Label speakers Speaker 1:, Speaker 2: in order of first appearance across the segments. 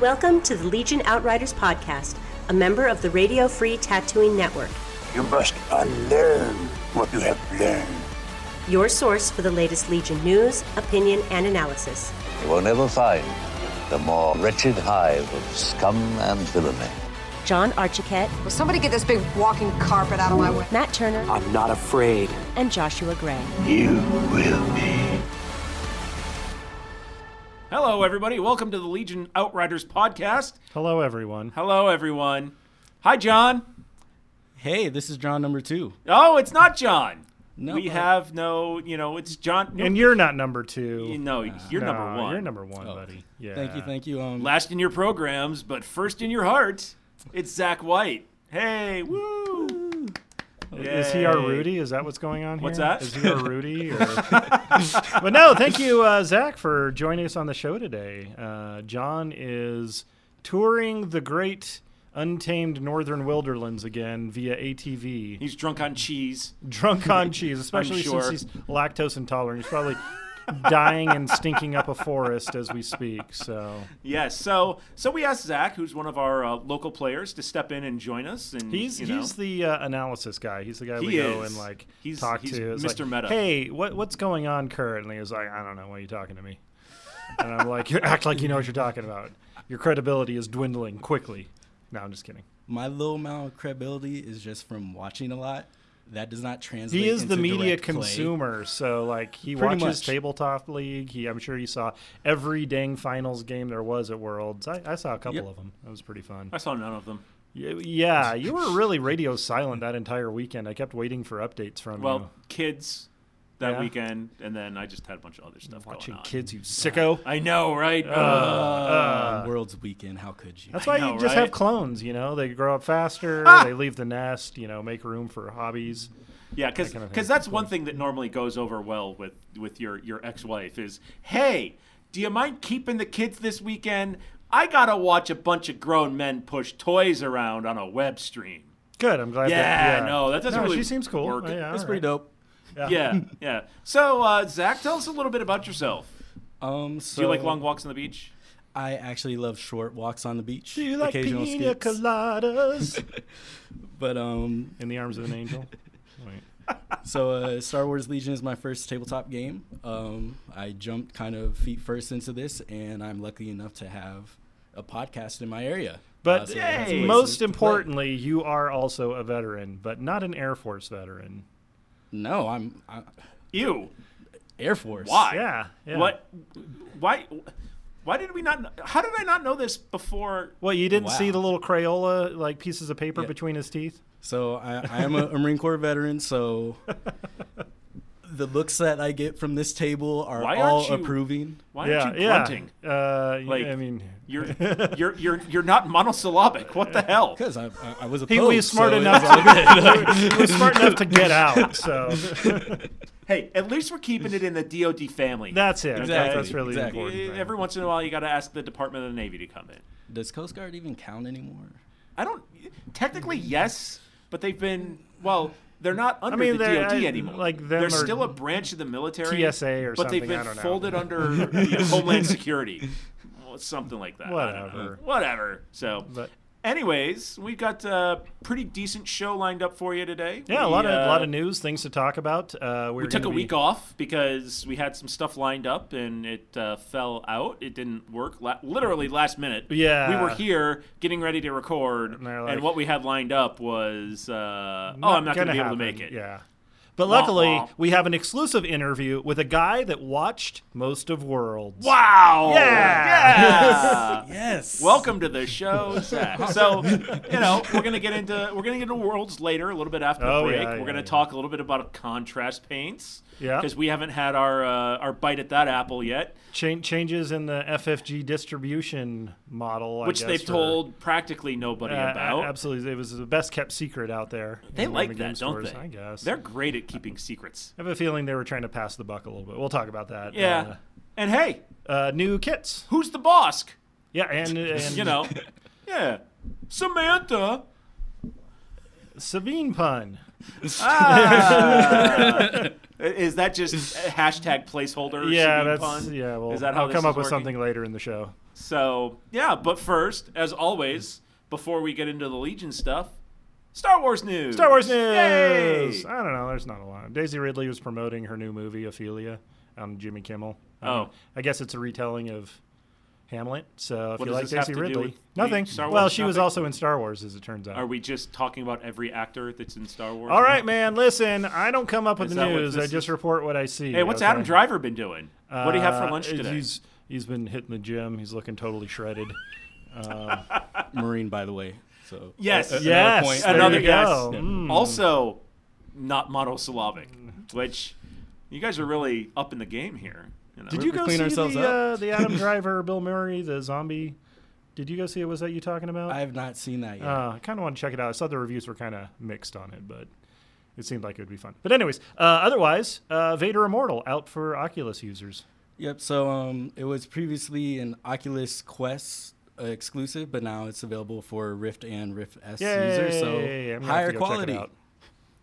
Speaker 1: Welcome to the Legion Outriders podcast, a member of the Radio Free Tattooing Network,
Speaker 2: You must unlearn what you have learned.
Speaker 1: your source for the latest Legion news, opinion, and analysis.
Speaker 3: You will never find the more wretched hive of scum and villainy.
Speaker 1: John Archiquette,
Speaker 4: Will somebody get this big walking carpet out of my way?
Speaker 1: Matt Turner,
Speaker 5: I'm not afraid.
Speaker 1: and Joshua Gray.
Speaker 2: You will be.
Speaker 6: Hello, everybody. Welcome to the Legion Outriders podcast.
Speaker 7: Hello, everyone.
Speaker 6: Hello, everyone. Hi, John.
Speaker 8: Hey, this is John number two.
Speaker 6: Oh, it's not John.
Speaker 8: No,
Speaker 6: we
Speaker 8: I-
Speaker 6: have no. You know, it's John.
Speaker 7: And you're not number two.
Speaker 6: you know, you're
Speaker 7: No,
Speaker 6: number one.
Speaker 7: You're number one, buddy. Yeah.
Speaker 8: Oh, Thank you, thank you. Um,
Speaker 6: Last in your programs, but first in your heart. It's Zach White. Hey, woo!
Speaker 7: Is he our Rudy? Is that what's going on here?
Speaker 6: What's that?
Speaker 7: Is he our Rudy? Or... but no, thank you, uh, Zach, for joining us on the show today. Uh, John is touring the great untamed northern wilderlands again via ATV.
Speaker 6: He's drunk on cheese.
Speaker 7: drunk on cheese, especially
Speaker 6: sure.
Speaker 7: since he's lactose intolerant. He's probably dying and stinking up a forest as we speak. So
Speaker 6: Yes. So, so we asked Zach, who's one of our uh, local players, to step in and join us. And
Speaker 7: He's
Speaker 6: you know,
Speaker 7: he's the uh, analysis guy. He's the guy we
Speaker 6: He
Speaker 7: go
Speaker 6: is.
Speaker 7: and like
Speaker 6: He's-
Speaker 7: talk
Speaker 6: he's
Speaker 7: to. It's
Speaker 6: Mr.
Speaker 7: like,
Speaker 6: Meta.
Speaker 7: Hey, what what's going on currently? Is like I don't know. Why are you talking to me? And I'm like, you act like you know what you're talking about. Your credibility is dwindling quickly. No, I'm just kidding.
Speaker 8: my little amount of credibility is just from watching a lot. That does not translate.
Speaker 7: He is the
Speaker 8: into
Speaker 7: media
Speaker 8: direct play.
Speaker 7: consumer, so like he
Speaker 8: Pretty
Speaker 7: watches
Speaker 8: much.
Speaker 7: tabletop league. He, I'm sure he saw every dang finals game there was at Worlds. I, I saw a couple
Speaker 8: Yep.
Speaker 7: of them. That was pretty fun.
Speaker 6: I saw none of them.
Speaker 7: Y- Yeah, you were really radio silent that entire weekend. I kept waiting for updates from
Speaker 6: Well,
Speaker 7: you.
Speaker 6: kids that
Speaker 7: Yeah.
Speaker 6: weekend, and then I just had a bunch of other stuff
Speaker 7: Watching Uh,
Speaker 6: going on.
Speaker 7: kids, you sicko.
Speaker 6: I know, right?
Speaker 8: On World's weekend. How could you?
Speaker 7: That's
Speaker 6: I
Speaker 7: why
Speaker 6: know,
Speaker 7: you just
Speaker 6: right? Ah!
Speaker 7: have clones, you know? They grow up faster, they leave the nest, you know, make room for hobbies.
Speaker 6: Yeah, because
Speaker 7: kind of thing.
Speaker 6: that's one thing that normally goes over well with with your your ex wife is, hey, do you mind keeping the kids this weekend? I gotta watch a bunch of grown men push toys around on a web stream.
Speaker 7: Good, I'm glad
Speaker 6: Yeah,
Speaker 7: that
Speaker 6: no, that doesn't really
Speaker 7: she seems cool.
Speaker 6: work.
Speaker 7: Oh, yeah,
Speaker 8: That's
Speaker 7: all
Speaker 8: pretty
Speaker 7: right.
Speaker 8: dope.
Speaker 6: Yeah, yeah. So uh, Zach, tell us a little bit about yourself.
Speaker 8: Um, so
Speaker 6: Do you like long walks on the beach?
Speaker 8: I actually love short walks on the beach.
Speaker 7: Do you like
Speaker 8: occasional
Speaker 7: pina
Speaker 8: skits,
Speaker 7: coladas?
Speaker 8: But um,
Speaker 7: In the arms of an angel. Wait.
Speaker 8: so uh, Star Wars Legion is my first tabletop game. Um, I jumped kind of feet first into this, and I'm lucky enough to have a podcast in my area. Uh,
Speaker 7: But
Speaker 8: so that's
Speaker 6: Yay!
Speaker 8: a place
Speaker 7: most
Speaker 8: to play.
Speaker 7: importantly, you are also a veteran, but not an Air Force veteran.
Speaker 8: no, I'm, i
Speaker 6: Ew.
Speaker 8: Air Force.
Speaker 6: Why?
Speaker 7: Yeah, yeah.
Speaker 6: What? Why? Why did we not? How did I not know this before?
Speaker 7: Well, you didn't see
Speaker 8: Wow.
Speaker 7: the little Crayola like pieces of paper
Speaker 8: Yeah.
Speaker 7: between his teeth?
Speaker 8: So I, I am a, a Marine Corps veteran. So the looks that I get from this table are
Speaker 6: Why aren't
Speaker 8: all
Speaker 6: you-
Speaker 8: approving.
Speaker 6: Why
Speaker 7: Yeah,
Speaker 6: aren't you
Speaker 7: yeah.
Speaker 6: grunting?
Speaker 7: Uh, y-
Speaker 6: Like,
Speaker 7: I mean,
Speaker 6: You're you're you're you're not monosyllabic. What the hell?
Speaker 8: Because I, I, I was a
Speaker 7: he was smart enough. To, he was smart enough to get out. So
Speaker 6: Hey, at least we're keeping it in the DoD family.
Speaker 7: that's it. That's- That's really
Speaker 8: Exactly.
Speaker 7: important.
Speaker 6: Eh,
Speaker 7: right?
Speaker 6: Every once in a while, you got to ask the Department of the Navy to come in.
Speaker 8: Does Coast Guard even count anymore?
Speaker 6: I don't. Technically, yes, but they've been well. They're not under
Speaker 7: mean,
Speaker 6: the
Speaker 7: they're-
Speaker 6: DoD
Speaker 7: I-
Speaker 6: anymore.
Speaker 7: like, them
Speaker 6: they're
Speaker 7: are
Speaker 6: still a branch of the military.
Speaker 7: TSA or
Speaker 6: but
Speaker 7: something,
Speaker 6: they've been
Speaker 7: I don't know.
Speaker 6: folded under you know, Homeland Security, Well, something like that. I don't know.
Speaker 7: Whatever.
Speaker 6: Whatever. So.
Speaker 7: But-
Speaker 6: Anyways, we've got a pretty decent show lined up for you today.
Speaker 7: yeah, a
Speaker 6: We,
Speaker 7: lot of
Speaker 6: uh,
Speaker 7: lot of news, things to talk about. Uh,
Speaker 6: We
Speaker 7: we're
Speaker 6: took a
Speaker 7: gonna be-
Speaker 6: week off because we had some stuff lined up and it uh, fell out. It didn't work. La- literally last minute.
Speaker 7: Yeah.
Speaker 6: We were here getting ready to record, and,
Speaker 7: they're like,
Speaker 6: what we had lined up was, uh, oh, I'm not going to be able to
Speaker 7: happen.
Speaker 6: make it.
Speaker 7: Yeah. But
Speaker 6: Wah,
Speaker 7: luckily,
Speaker 6: wah.
Speaker 7: we have an exclusive interview with a guy that watched most of Worlds.
Speaker 6: Wow.
Speaker 7: Yeah.
Speaker 6: Yeah.
Speaker 8: Yes.
Speaker 6: Welcome to the show, Zach. So, you know, we're gonna get into we're gonna get into worlds later, a little bit after the
Speaker 7: Oh,
Speaker 6: break.
Speaker 7: yeah,
Speaker 6: we're
Speaker 7: yeah,
Speaker 6: gonna
Speaker 7: yeah.
Speaker 6: talk a little bit about contrast paints,
Speaker 7: Yeah.
Speaker 6: because we haven't had our uh, our bite at that apple yet.
Speaker 7: Chan- changes in the FFG distribution model, I
Speaker 6: which
Speaker 7: guess,
Speaker 6: they've
Speaker 7: for-
Speaker 6: told practically nobody
Speaker 7: Uh,
Speaker 6: about.
Speaker 7: Absolutely, it was the best kept secret out there.
Speaker 6: They
Speaker 7: in the
Speaker 6: like
Speaker 7: game
Speaker 6: that, don't
Speaker 7: stores,
Speaker 6: they?
Speaker 7: I guess
Speaker 6: They're great at keeping secrets.
Speaker 7: I have a feeling they were trying to pass the buck a little bit. We'll talk about that.
Speaker 6: Yeah. And hey,
Speaker 7: Uh, uh, new kits.
Speaker 6: who's the boss?
Speaker 7: Yeah, and, and
Speaker 6: You know. yeah. Samantha.
Speaker 7: Sabine pun.
Speaker 6: Is that just a hashtag placeholder?
Speaker 7: yeah,
Speaker 6: Sabine
Speaker 7: that's
Speaker 6: pun?
Speaker 7: yeah. Well,
Speaker 6: Is that how
Speaker 7: I'll
Speaker 6: this
Speaker 7: come
Speaker 6: is
Speaker 7: up with
Speaker 6: working?
Speaker 7: something later in the show.
Speaker 6: So, yeah, but first, as always, before we get into the Legion stuff, Star Wars news.
Speaker 7: Star Wars news.
Speaker 6: Yay!
Speaker 7: I don't know. There's not a lot. Daisy Ridley was promoting her new movie Ophelia on Jimmy Kimmel. Um,
Speaker 6: Oh.
Speaker 7: I guess it's a retelling of Hamlet. So if
Speaker 6: What does
Speaker 7: you like
Speaker 6: this have
Speaker 7: Daisy
Speaker 6: to do
Speaker 7: Ridley,
Speaker 6: with the
Speaker 7: nothing.
Speaker 6: Star
Speaker 7: well,
Speaker 6: Wars?
Speaker 7: she was
Speaker 6: Nothing?
Speaker 7: also in Star Wars, as it turns out.
Speaker 6: Are we just talking about every actor that's in Star Wars?
Speaker 7: All
Speaker 6: now?
Speaker 7: right, man. Listen, I don't come up with
Speaker 6: Is
Speaker 7: the
Speaker 6: that what
Speaker 7: news. I
Speaker 6: this
Speaker 7: just
Speaker 6: is?
Speaker 7: report what I see.
Speaker 6: Hey, what's
Speaker 7: okay?
Speaker 6: Adam Driver been doing? what do you have for
Speaker 7: Uh,
Speaker 6: lunch today?
Speaker 7: He's he's been hitting the gym. He's looking totally shredded.
Speaker 8: Marine, by the way. So
Speaker 6: Yes.
Speaker 8: a- a-
Speaker 7: Yes,
Speaker 8: point.
Speaker 7: there
Speaker 6: Another
Speaker 7: you
Speaker 6: yes.
Speaker 7: go.
Speaker 8: Yeah.
Speaker 7: Mm.
Speaker 6: Also, not monosyllabic, which you guys are really up in the game here. You know?
Speaker 7: Did you
Speaker 8: we
Speaker 7: go
Speaker 8: clean
Speaker 7: see
Speaker 8: ourselves
Speaker 7: the
Speaker 8: up.
Speaker 7: Uh, the Adam Driver, Bill Murray, the zombie? Did you go see it? Was that you talking about?
Speaker 8: I have not seen that yet.
Speaker 7: Uh, I kind of want to check it out. I saw the reviews were kind of mixed on it, but it seemed like it would be fun. But anyways, uh, otherwise, uh, Vader Immortal out for Oculus users.
Speaker 8: Yep. So um, it was previously an Oculus Quest uh, exclusive, but now it's available for Rift and Rift S users. So
Speaker 7: Yay! I'm gonna have to go
Speaker 8: higher
Speaker 7: check it
Speaker 8: quality.
Speaker 7: out.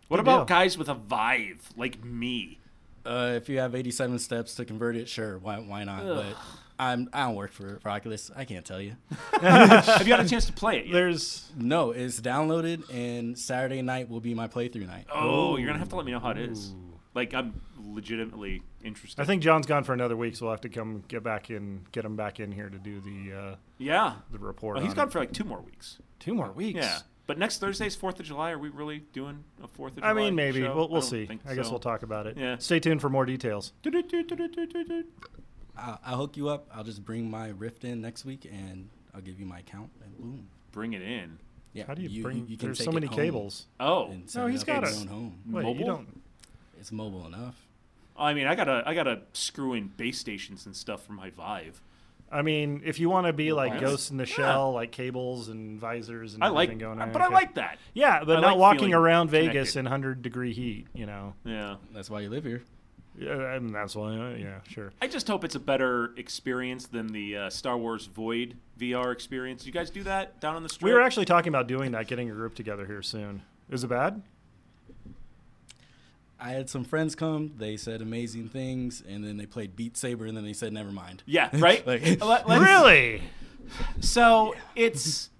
Speaker 6: what
Speaker 7: Good
Speaker 6: about
Speaker 7: deal.
Speaker 6: guys with a vive like me?
Speaker 8: Uh, if you have 87 steps to convert it, sure, why why not? But I'm I don't work for, for Oculus. I can't tell you.
Speaker 6: have you had a chance to play it? Yet?
Speaker 7: There's
Speaker 8: No, it's downloaded, and Saturday night will be my playthrough night.
Speaker 6: Oh, you're gonna have to let me know how it is. Like I'm legitimately interested.
Speaker 7: I think John's gone for another week, so we'll have to come get back in, get him back in here to do the uh,
Speaker 6: yeah.
Speaker 7: the report.
Speaker 6: Well,
Speaker 7: He's
Speaker 6: he's gone for like two more weeks.
Speaker 7: two more weeks.
Speaker 6: Yeah. But next Thursday's Fourth of July. Are we really doing a Fourth of July?
Speaker 7: I mean, maybe
Speaker 6: show?
Speaker 7: we'll, we'll
Speaker 6: don't
Speaker 7: see.
Speaker 6: think
Speaker 7: I guess
Speaker 6: so.
Speaker 7: we'll talk about it.
Speaker 6: Yeah.
Speaker 7: Stay tuned for more details.
Speaker 8: I'll, I'll hook you up. I'll just bring my Rift in next week, and I'll give you my account, and boom.
Speaker 6: Bring it in.
Speaker 8: Yeah.
Speaker 7: How do you, bring? there's so
Speaker 8: take it
Speaker 7: many
Speaker 8: home
Speaker 7: cables.
Speaker 6: Oh,
Speaker 8: and set
Speaker 7: No,
Speaker 8: it
Speaker 7: he's
Speaker 8: up in
Speaker 7: got
Speaker 8: your
Speaker 7: us.
Speaker 8: own home.
Speaker 7: Wait, you
Speaker 6: Mobile?
Speaker 7: don't.
Speaker 8: It's mobile enough.
Speaker 6: I mean, I gotta, I gotta screw in base stations and stuff for my Vive.
Speaker 7: I mean, if you want to be like
Speaker 6: Yes.
Speaker 7: ghosts in the
Speaker 6: Yeah.
Speaker 7: shell, like cables and visors and
Speaker 6: I like,
Speaker 7: everything going
Speaker 6: uh,
Speaker 7: on.
Speaker 6: but I
Speaker 7: okay.
Speaker 6: like that.
Speaker 7: Yeah, but
Speaker 6: I
Speaker 7: not
Speaker 6: like
Speaker 7: walking
Speaker 6: feeling
Speaker 7: around Vegas
Speaker 6: connected.
Speaker 7: in hundred degree heat. You know,
Speaker 6: Yeah,
Speaker 8: That's why you live here.
Speaker 7: yeah, I mean, that's why. uh, Yeah, sure.
Speaker 6: I just hope it's a better experience than the uh, Star Wars Void VR experience. You guys do that down on the street?
Speaker 7: We were actually talking about doing that, getting a group together here soon. Is it bad?
Speaker 8: I had some friends come. They said amazing things, and then they played Beat Saber, and then they said never mind.
Speaker 6: yeah, right.
Speaker 8: Like-
Speaker 6: Let- let's-
Speaker 7: Really?
Speaker 6: So it's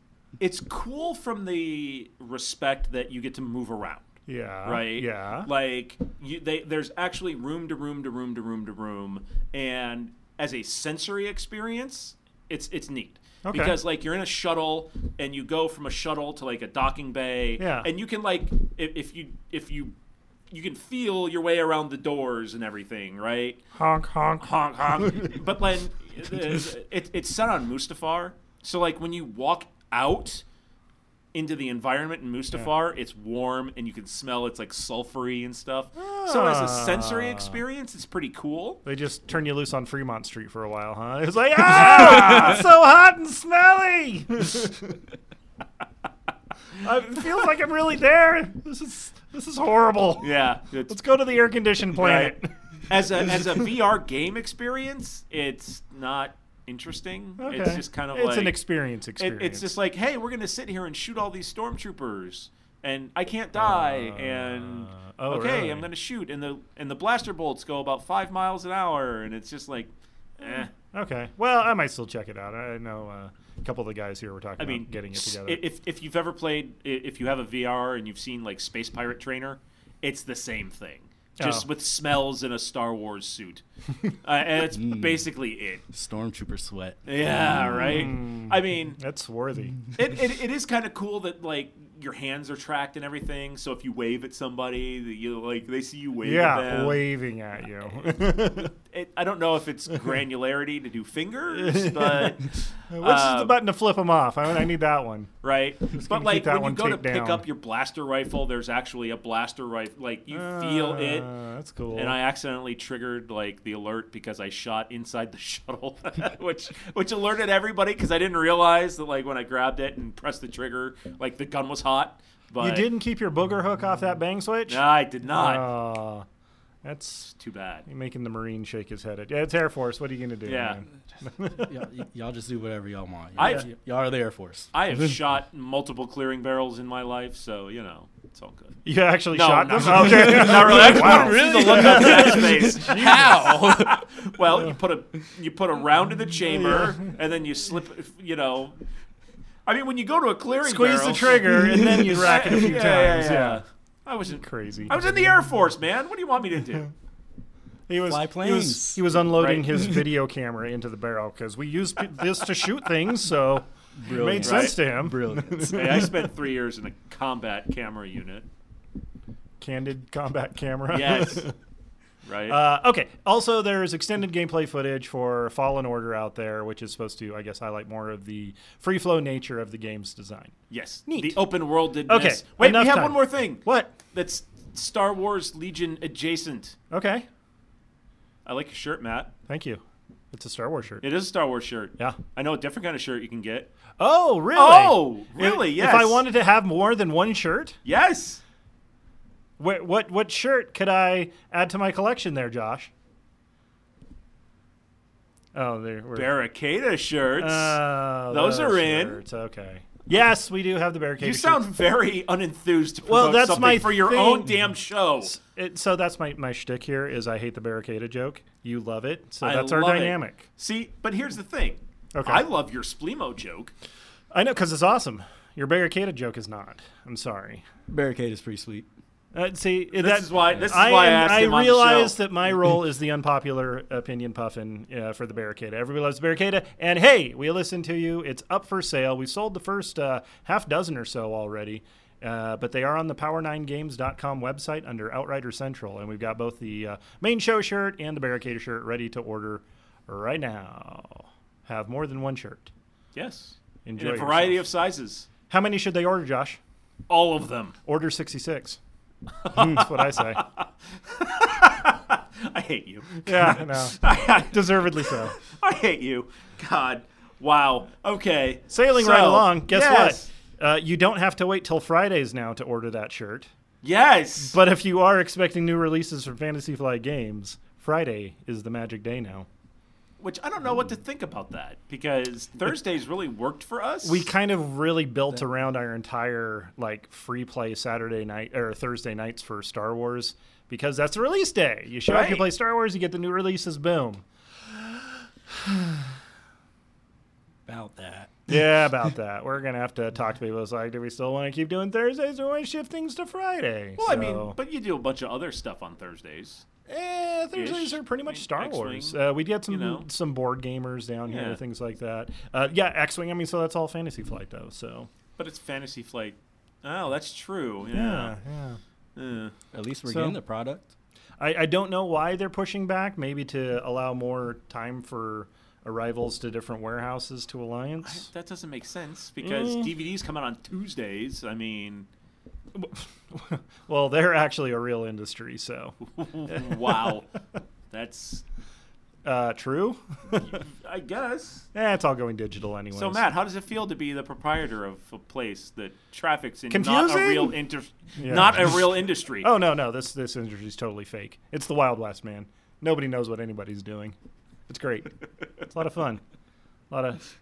Speaker 6: it's cool from the respect that you get to move around.
Speaker 7: Yeah.
Speaker 6: Right.
Speaker 7: Yeah.
Speaker 6: Like you, they, there's actually room to room to room to room to room, and as a sensory experience, it's it's neat.
Speaker 7: Okay.
Speaker 6: Because like you're in a shuttle and you go from a shuttle to like a docking bay,
Speaker 7: Yeah.
Speaker 6: and you can like if, if you if you you can feel your way around the doors and everything, right?
Speaker 7: honk honk.
Speaker 6: honk honk. but then it's, it, it's set on Mustafar, so like when you walk out into the environment in Mustafar, it's warm and you can smell it's like sulfury and stuff. So as a
Speaker 7: Ah.
Speaker 6: sensory experience, it's pretty cool.
Speaker 7: They just turn you loose on Fremont Street for a while, huh? It was like, ah, it's so hot and smelly. Uh, it feels like I'm really there. This is this is horrible.
Speaker 6: Yeah, it's
Speaker 7: Let's go to the air conditioned planet.
Speaker 6: Right. as a as a VR game experience, it's not interesting. It's
Speaker 7: Okay.
Speaker 6: just kind of
Speaker 7: it's
Speaker 6: like
Speaker 7: an experience
Speaker 6: it,
Speaker 7: experience.
Speaker 6: it's just like, hey, we're gonna sit here and shoot all these stormtroopers, and I can't die, and
Speaker 7: Uh, oh,
Speaker 6: okay,
Speaker 7: really?
Speaker 6: I'm gonna shoot, and the and the blaster bolts go about five miles an hour, and it's just like, eh.
Speaker 7: okay. Well, I might still check it out. I know uh, a couple of the guys here were talking
Speaker 6: I
Speaker 7: about
Speaker 6: mean,
Speaker 7: getting it
Speaker 6: s-
Speaker 7: together.
Speaker 6: If if you've ever played, i- if you have a VR and you've seen like Space Pirate Trainer, it's the same thing, just
Speaker 7: Oh.
Speaker 6: with smells in a Star Wars suit, uh, and it's
Speaker 7: Hmm.
Speaker 6: basically it.
Speaker 8: Stormtrooper sweat.
Speaker 6: Yeah, right.
Speaker 7: Hmm.
Speaker 6: I mean,
Speaker 7: That's worthy.
Speaker 6: it, it, it is kind of cool that like your hands are tracked and everything. So if you wave at somebody, that you like they see you wave. at
Speaker 7: yeah,
Speaker 6: them.
Speaker 7: waving at you.
Speaker 6: It, I don't know if it's granularity to do fingers, but
Speaker 7: Which is the
Speaker 6: Um,
Speaker 7: button to flip them off? I, I need that one.
Speaker 6: right.
Speaker 7: gonna
Speaker 6: But
Speaker 7: keep
Speaker 6: like
Speaker 7: that
Speaker 6: when you
Speaker 7: one
Speaker 6: go to
Speaker 7: taped
Speaker 6: pick
Speaker 7: down.
Speaker 6: up your blaster rifle, there's actually a blaster rifle. Like you feel it.
Speaker 7: Uh, That's cool.
Speaker 6: And I accidentally triggered like the alert because I shot inside the shuttle, which which alerted everybody because I didn't realize that like when I grabbed it and pressed the trigger, like the gun was hot. But
Speaker 7: You didn't keep your booger hook off that bang switch?
Speaker 6: No, I did not.
Speaker 7: Uh, Aw, that's
Speaker 6: Too bad.
Speaker 7: you're making the Marine shake his head. At, yeah, it's Air Force. What are you going to do?
Speaker 6: Yeah.
Speaker 7: man?
Speaker 8: y'all, y- y'all just do whatever y'all want. Y'all,
Speaker 6: I've-
Speaker 8: y'all are the Air Force.
Speaker 6: I have shot multiple clearing barrels in my life, so you know It's all good.
Speaker 7: You actually
Speaker 6: No,
Speaker 7: shot
Speaker 6: not
Speaker 7: them?
Speaker 6: really.
Speaker 7: Okay.
Speaker 6: Not really. I just
Speaker 7: Wow.
Speaker 6: wanted to see the look on Zach's face. How? well, you put a you put a round in the chamber, and then you slip. You know, I mean, when you go to a clearing,
Speaker 7: Squeeze
Speaker 6: barrel-
Speaker 7: the trigger and then you rack it a
Speaker 6: yeah,
Speaker 7: few times.
Speaker 6: Yeah,
Speaker 7: Yeah,
Speaker 6: yeah. I was in
Speaker 7: Crazy.
Speaker 6: I was in the Air Force, man. What do you want me to do?
Speaker 7: He was,
Speaker 8: Fly
Speaker 7: He
Speaker 8: planes.
Speaker 7: was, he was unloading
Speaker 6: Right.
Speaker 7: his video camera into the barrel because we used p- this to shoot things, so it made
Speaker 8: Brilliant.
Speaker 7: sense to him.
Speaker 8: Brilliant.
Speaker 6: hey, I spent three years in a combat camera unit.
Speaker 7: Candid combat camera.
Speaker 6: Yes. Right.
Speaker 7: Uh, okay. Also, there's extended gameplay footage for Fallen Order out there, which is supposed to, I guess, highlight more of the free flow nature of the game's design.
Speaker 6: yes.
Speaker 7: neat.
Speaker 6: The open world did.
Speaker 7: Okay,
Speaker 6: Wait, we
Speaker 7: enough
Speaker 6: have
Speaker 7: time.
Speaker 6: one more thing.
Speaker 7: What?
Speaker 6: That's Star Wars Legion adjacent.
Speaker 7: Okay.
Speaker 6: I like your shirt, Matt.
Speaker 7: Thank you. It's a Star Wars shirt.
Speaker 6: It is a Star Wars shirt.
Speaker 7: Yeah.
Speaker 6: I know a different kind of shirt you can get.
Speaker 7: Oh, really?
Speaker 6: Oh, really?
Speaker 7: If-
Speaker 6: yes.
Speaker 7: If I wanted to have more than one shirt,
Speaker 6: Yes.
Speaker 7: what what what shirt could I add to my collection there, Josh? Oh, there. We're,
Speaker 6: Barricada shirts.
Speaker 7: Oh,
Speaker 6: Those are in.
Speaker 7: shirts, Okay. Yes, we do have the barricade.
Speaker 6: you
Speaker 7: shirts.
Speaker 6: sound very unenthused to promote
Speaker 7: Well, that's
Speaker 6: something
Speaker 7: my
Speaker 6: for your
Speaker 7: thing.
Speaker 6: own damn show.
Speaker 7: It, so that's my my shtick here is I hate the barricada joke. You love it, so that's
Speaker 6: I
Speaker 7: our
Speaker 6: love it.
Speaker 7: dynamic.
Speaker 6: See, but here's the thing.
Speaker 7: Okay.
Speaker 6: I love your Splemo joke.
Speaker 7: I know because it's awesome. Your barricada joke is not. I'm sorry.
Speaker 8: Barricade is pretty sweet.
Speaker 7: Uh, see, this
Speaker 6: is why- this is
Speaker 7: I,
Speaker 6: why I
Speaker 7: am-
Speaker 6: asked him on the show.
Speaker 7: realize that my role is the unpopular opinion puffin uh, for the barricada. Everybody loves the barricada, and hey, we listen to you. It's up for sale. We sold the first uh, half dozen or so already. Uh, but they are on the power9games.com website under Outrider Central, and we've got both the uh, main show shirt and the barricada shirt ready to order right now. Have more than one shirt.
Speaker 6: Yes.
Speaker 7: Enjoy
Speaker 6: In a variety
Speaker 7: yourself.
Speaker 6: of sizes.
Speaker 7: How many should they order, Josh?
Speaker 6: All of them.
Speaker 7: Order 66. Hmm, That's what I say.
Speaker 6: I hate you.
Speaker 7: Yeah, no.
Speaker 6: I,
Speaker 7: Deservedly so.
Speaker 6: hate you. God. Wow. Okay.
Speaker 7: Sailing
Speaker 6: So,
Speaker 7: right along. Guess
Speaker 6: yes.
Speaker 7: what? Uh, you don't have to wait till Fridays now to order that shirt.
Speaker 6: Yes.
Speaker 7: But if you are expecting new releases from Fantasy Flight Games, Friday is the magic day now.
Speaker 6: Which I don't know what to think about that because Thursdays really worked for us.
Speaker 7: We kind of really built around our entire like free play Saturday night or Thursday nights for Star Wars because that's the release day. You show up, you
Speaker 6: Right.
Speaker 7: play Star Wars, you get the new releases, boom.
Speaker 8: About that.
Speaker 7: Yeah, about that. We're gonna have to talk to people. It's like, do we still want to keep doing Thursdays or want to shift things to Friday?
Speaker 6: well, I mean,
Speaker 7: So-
Speaker 6: but you do a bunch of other stuff on Thursdays.
Speaker 7: Eh, Thursdays
Speaker 6: Ish.
Speaker 7: are pretty
Speaker 6: I
Speaker 7: much
Speaker 6: mean,
Speaker 7: Star
Speaker 6: X-Wing,
Speaker 7: Wars. Uh, we get some
Speaker 6: you know.
Speaker 7: some board gamers down here,
Speaker 6: Yeah.
Speaker 7: things like that. Uh, yeah, X Wing. I mean, so that's all Fantasy Flight though. So
Speaker 6: But it's Fantasy Flight. Oh, that's true.
Speaker 7: yeah,
Speaker 6: Yeah.
Speaker 7: yeah.
Speaker 6: Uh,
Speaker 8: At least we're
Speaker 7: So-
Speaker 8: getting the product.
Speaker 7: I, I don't know why they're pushing back. Maybe to allow more time for arrivals to different warehouses to Alliance.
Speaker 6: that doesn't make sense
Speaker 7: Eh.
Speaker 6: because DVDs come out on Tuesdays. I mean,
Speaker 7: well, they're actually a real industry. So
Speaker 6: wow. That's,
Speaker 7: uh, true.
Speaker 6: I guess.
Speaker 7: eh, it's all going digital anyway.
Speaker 6: So, Matt, how does it feel to be the proprietor of a place that traffics in not a
Speaker 7: Confusing?
Speaker 6: real inter- not a real industry?
Speaker 7: Oh no, no, this this industry is totally fake. It's the Wild West, man. Nobody knows what anybody's doing. It's great. it's a lot of fun. A lot of.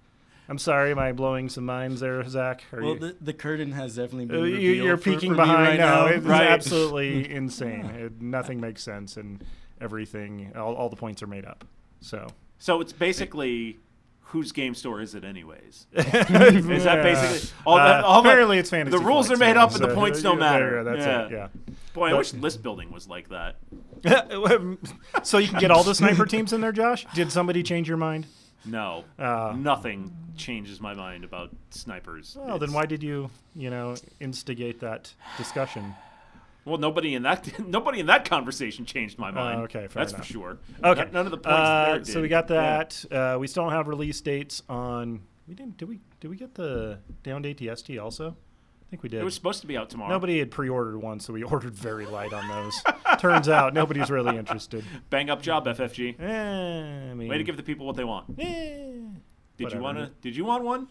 Speaker 7: I'm sorry, am I blowing some minds there, Zach? Are
Speaker 8: Well,
Speaker 7: you,
Speaker 8: the, the curtain has definitely
Speaker 7: Uh,
Speaker 8: been.
Speaker 7: you,
Speaker 8: revealed
Speaker 7: you're
Speaker 8: for-
Speaker 7: peeking
Speaker 8: for me
Speaker 7: behind
Speaker 8: right
Speaker 7: now.
Speaker 8: now.
Speaker 7: It's
Speaker 6: Right.
Speaker 7: absolutely insane. It, nothing makes sense, and everything, all, all the points are made up. So
Speaker 6: So it's basically whose game store is it, anyways? is that basically all?
Speaker 7: uh,
Speaker 6: that, all that-
Speaker 7: apparently, it's fantasy.
Speaker 6: The rules are
Speaker 7: flights
Speaker 6: made
Speaker 7: now,
Speaker 6: up, and the
Speaker 7: so
Speaker 6: points don't
Speaker 7: there you
Speaker 6: matter.
Speaker 7: go, That's
Speaker 6: yeah.
Speaker 7: it. Yeah.
Speaker 6: Boy, I
Speaker 7: But-
Speaker 6: wish list building was like that.
Speaker 7: so you can get all the sniper teams in there, Josh. Did somebody change your mind?
Speaker 6: No,
Speaker 7: Uh.
Speaker 6: nothing changes my mind about snipers.
Speaker 7: Well, then
Speaker 6: It's-
Speaker 7: why did you, you know, instigate that discussion?
Speaker 6: Well, nobody in that nobody in that conversation changed my mind.
Speaker 7: Oh, okay, fair
Speaker 6: that's
Speaker 7: enough.
Speaker 6: for sure.
Speaker 7: Okay,
Speaker 6: N- none of the points
Speaker 7: Uh,
Speaker 6: there. Did.
Speaker 7: So we got
Speaker 6: Yeah.
Speaker 7: that. Uh, we still don't have release dates on. We didn't. Did we? Did we get the downed ATST also? I think we did.
Speaker 6: It was supposed to be out tomorrow.
Speaker 7: Nobody had pre-ordered one, so we ordered very light on those. Turns out nobody's really interested.
Speaker 6: bang up job, FFG.
Speaker 7: Eh, I mean,
Speaker 6: Way to give the people what they want. Did
Speaker 7: eh.
Speaker 6: you
Speaker 7: Whatever.
Speaker 6: want to? Did you want one?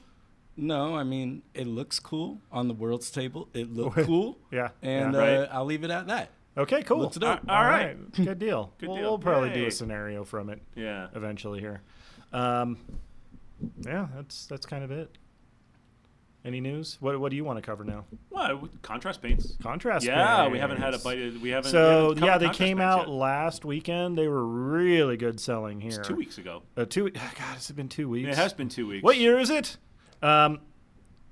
Speaker 8: No, I mean it looks cool on the world's table. It looked cool.
Speaker 7: Yeah,
Speaker 8: And
Speaker 7: yeah.
Speaker 6: Right.
Speaker 8: uh, I'll leave it at that.
Speaker 7: Okay, cool.
Speaker 8: Looks dope.
Speaker 6: All right.
Speaker 7: good deal.
Speaker 6: Good
Speaker 7: we'll,
Speaker 6: deal.
Speaker 7: we'll probably do
Speaker 6: Yay.
Speaker 7: a scenario from it
Speaker 6: Yeah.
Speaker 7: eventually here. Um, yeah, that's that's kind of it. Any news? What What do you want to cover now?
Speaker 6: Well, contrast paints.
Speaker 7: Contrast.
Speaker 6: yeah, we
Speaker 7: paints.
Speaker 6: haven't had a bite. Of, we haven't. we
Speaker 7: So
Speaker 6: haven't
Speaker 7: yeah,
Speaker 6: covered
Speaker 7: they
Speaker 6: contrast
Speaker 7: came
Speaker 6: paints
Speaker 7: out
Speaker 6: yet.
Speaker 7: last weekend. They were really good selling here.
Speaker 6: two weeks ago.
Speaker 7: Uh, two. God, has it been two weeks?
Speaker 6: It has been two weeks.
Speaker 7: What year is it? Um,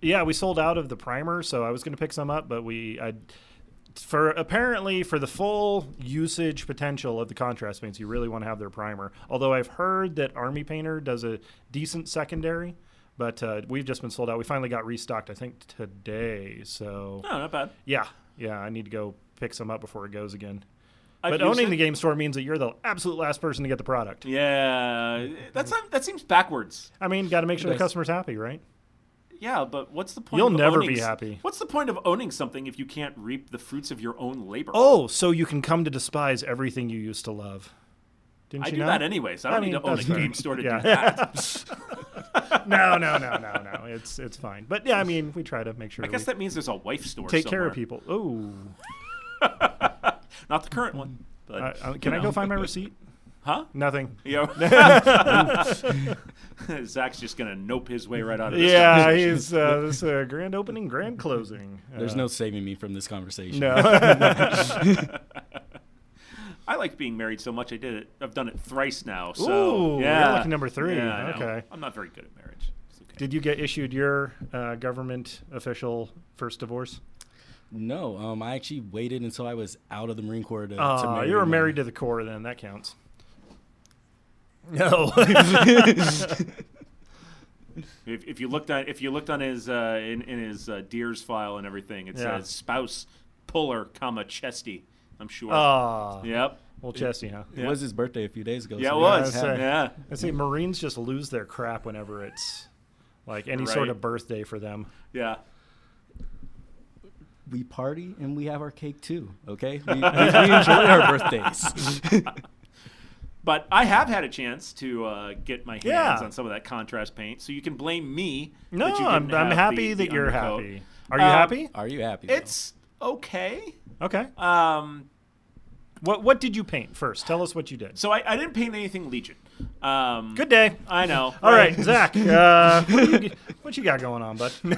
Speaker 7: yeah, we sold out of the primer, so I was going to pick some up, but we I for apparently for the full usage potential of the contrast paints, you really want to have their primer. Although I've heard that Army Painter does a decent secondary, but uh, we've just been sold out. We finally got restocked, I think today. So
Speaker 6: No, not bad.
Speaker 7: yeah, yeah, I need to go pick some up before it goes again.
Speaker 6: I've
Speaker 7: But
Speaker 6: used
Speaker 7: owning
Speaker 6: it.
Speaker 7: the game store means that you're the absolute last person to get the product.
Speaker 6: Yeah,
Speaker 7: Hmm.
Speaker 6: that's not, that seems backwards.
Speaker 7: I mean, got to make sure the
Speaker 8: does.
Speaker 7: customer's happy, right?
Speaker 6: Yeah, but what's the point?
Speaker 7: You'll
Speaker 6: of
Speaker 7: never
Speaker 6: owning
Speaker 7: be
Speaker 6: s-
Speaker 7: happy.
Speaker 6: What's the point of owning something if you can't reap the fruits of your own labor?
Speaker 7: Oh, so you can come to despise everything you used to love. Didn't
Speaker 6: I
Speaker 7: you
Speaker 6: do
Speaker 7: know?
Speaker 6: that anyways. I don't
Speaker 7: I
Speaker 6: need
Speaker 7: mean,
Speaker 6: to own a
Speaker 7: that's fair.
Speaker 6: game store to
Speaker 7: Yeah.
Speaker 6: do that.
Speaker 7: No, no, no, no, no. It's it's fine. But yeah, I mean, we try to make sure
Speaker 6: I guess
Speaker 7: we
Speaker 6: that means there's a wife store.
Speaker 7: take care
Speaker 6: somewhere.
Speaker 7: of people. Oh,
Speaker 6: Not the current one, but
Speaker 7: I, I, Uh, can I go find my receipt?
Speaker 6: Huh?
Speaker 7: Nothing.
Speaker 6: Yeah. Zach's just gonna nope his way right out of this.
Speaker 7: Yeah,
Speaker 6: conversation.
Speaker 7: he's uh, this uh, grand opening, grand closing.
Speaker 8: There's
Speaker 7: Uh,
Speaker 8: no saving me from this conversation.
Speaker 7: no.
Speaker 6: I like being married so much. I did it. I've done it thrice now.
Speaker 7: Ooh,
Speaker 6: So
Speaker 7: you're
Speaker 6: yeah,
Speaker 7: lucky number three.
Speaker 6: Yeah, I know.
Speaker 7: Okay.
Speaker 6: I'm not very good at marriage. It's okay.
Speaker 7: Did you get issued your uh, government official first divorce?
Speaker 8: No, um, I actually waited until I was out of the Marine Corps to, to
Speaker 7: Uh,
Speaker 8: marry
Speaker 7: you were
Speaker 8: my-
Speaker 7: married to the Corps, then that counts. No.
Speaker 6: If, if you looked on if you looked on his uh, in in his uh, deers file and everything, it
Speaker 7: Yeah.
Speaker 6: says spouse puller, comma chesty. I'm sure.
Speaker 7: Ah,
Speaker 6: Yep.
Speaker 7: well, Jesse, huh?
Speaker 8: It was his birthday a few days ago.
Speaker 6: Yeah, it
Speaker 8: so
Speaker 6: was.
Speaker 7: that's
Speaker 6: Yeah.
Speaker 7: right. I see Marines just lose their crap whenever it's like any sort
Speaker 6: Right.
Speaker 7: of birthday for them.
Speaker 6: Yeah.
Speaker 8: We party and we have our cake too. Okay, we, we, we enjoy our birthdays.
Speaker 6: But I have had a chance to uh, get my hands
Speaker 7: Yeah.
Speaker 6: on some of that contrast paint, so you can blame me.
Speaker 7: No,
Speaker 6: that you
Speaker 7: I'm,
Speaker 6: didn't
Speaker 7: I'm
Speaker 6: have
Speaker 7: happy
Speaker 6: the-
Speaker 7: that
Speaker 6: the
Speaker 7: you're
Speaker 6: undercoat.
Speaker 7: happy. Are you
Speaker 6: Um,
Speaker 7: happy?
Speaker 8: Are you happy? though?
Speaker 6: It's okay.
Speaker 7: Okay.
Speaker 6: Um,
Speaker 7: What What did you paint first? Tell us what you did.
Speaker 6: So I, I didn't paint anything Legion. Um,
Speaker 7: Good day.
Speaker 6: I know.
Speaker 7: All right, Zach. Uh, what, you, what you got going on, bud?
Speaker 6: No,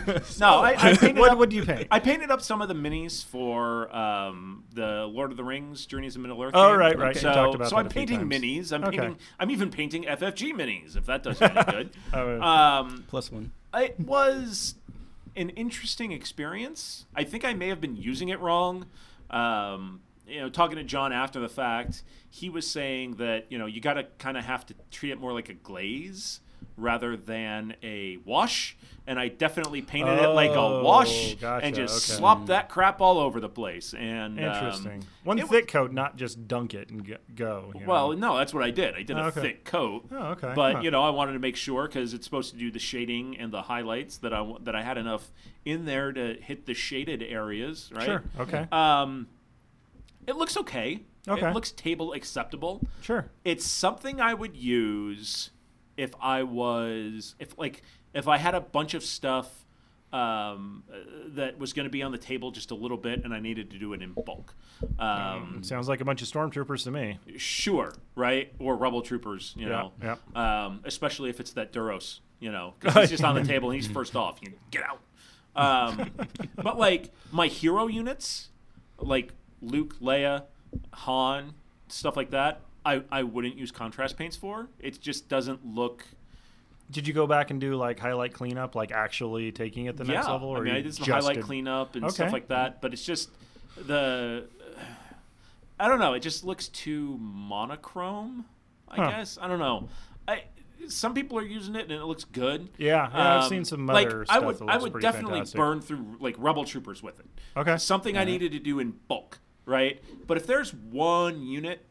Speaker 6: I, I painted
Speaker 7: what
Speaker 6: up,
Speaker 7: What do you paint?
Speaker 6: I painted up some of the minis for um, the Lord of the Rings Journeys of Middle Earth.
Speaker 7: Oh,
Speaker 6: game.
Speaker 7: right, right.
Speaker 6: So,
Speaker 7: You talked about
Speaker 6: so
Speaker 7: that
Speaker 6: I'm
Speaker 7: a few
Speaker 6: painting
Speaker 7: times.
Speaker 6: minis. I'm
Speaker 7: Okay.
Speaker 6: painting. I'm even painting FFG minis. If that does you any good.
Speaker 7: Oh, yeah.
Speaker 6: um,
Speaker 8: plus one.
Speaker 6: it was an interesting experience. I think I may have been using it wrong. Um, you know, talking to John after the fact, he was saying that you know you got to kind of have to treat it more like a glaze rather than a wash. And I definitely painted it like a
Speaker 7: Oh,
Speaker 6: wash
Speaker 7: gotcha,
Speaker 6: and just
Speaker 7: okay.
Speaker 6: slopped that crap all over the place. And um,
Speaker 7: Interesting. One
Speaker 6: it wa-
Speaker 7: thick coat, not just dunk it and g- go. you know?
Speaker 6: well, no, that's what I did. I did a
Speaker 7: Okay.
Speaker 6: thick coat.
Speaker 7: Oh, okay.
Speaker 6: But
Speaker 7: Huh.
Speaker 6: you know, I wanted to make sure because it's supposed to do the shading and the highlights that I wa- that I had enough in there to hit the shaded areas, right?
Speaker 7: sure. Okay.
Speaker 6: Um, it looks okay.
Speaker 7: Okay.
Speaker 6: It looks table acceptable.
Speaker 7: sure.
Speaker 6: It's something I would use if I was if like if I had a bunch of stuff um, uh, that was going to be on the table just a little bit and I needed to do it in bulk. Um,
Speaker 7: Sounds like a bunch of stormtroopers to me.
Speaker 6: sure, right? Or rebel troopers, you
Speaker 7: Yeah,
Speaker 6: know.
Speaker 7: yeah.
Speaker 6: Um, especially if it's that Duros, you know, because he's just on the table and he's first off. You get out. Um, but like my hero units, like Luke, Leia, Han, stuff like that, I, I wouldn't use contrast paints for. It just doesn't look.
Speaker 7: Did you go back and do like highlight cleanup, like actually taking it the next
Speaker 6: yeah,
Speaker 7: level?
Speaker 6: I
Speaker 7: Or
Speaker 6: mean,
Speaker 7: you
Speaker 6: I did some
Speaker 7: just
Speaker 6: highlight
Speaker 7: did-
Speaker 6: cleanup and
Speaker 7: Okay.
Speaker 6: stuff like that, but it's just the. I don't know. It just looks too monochrome. I
Speaker 7: Huh.
Speaker 6: guess I don't know. I some people are using it and it looks good.
Speaker 7: Yeah, yeah, I've
Speaker 6: Um,
Speaker 7: seen some
Speaker 6: like,
Speaker 7: other
Speaker 6: I
Speaker 7: stuff
Speaker 6: would
Speaker 7: that
Speaker 6: I
Speaker 7: looks
Speaker 6: would
Speaker 7: pretty
Speaker 6: definitely
Speaker 7: fantastic.
Speaker 6: burn through like rebel troopers with it.
Speaker 7: Okay.
Speaker 6: something I needed to do in bulk, right? But if there's one unit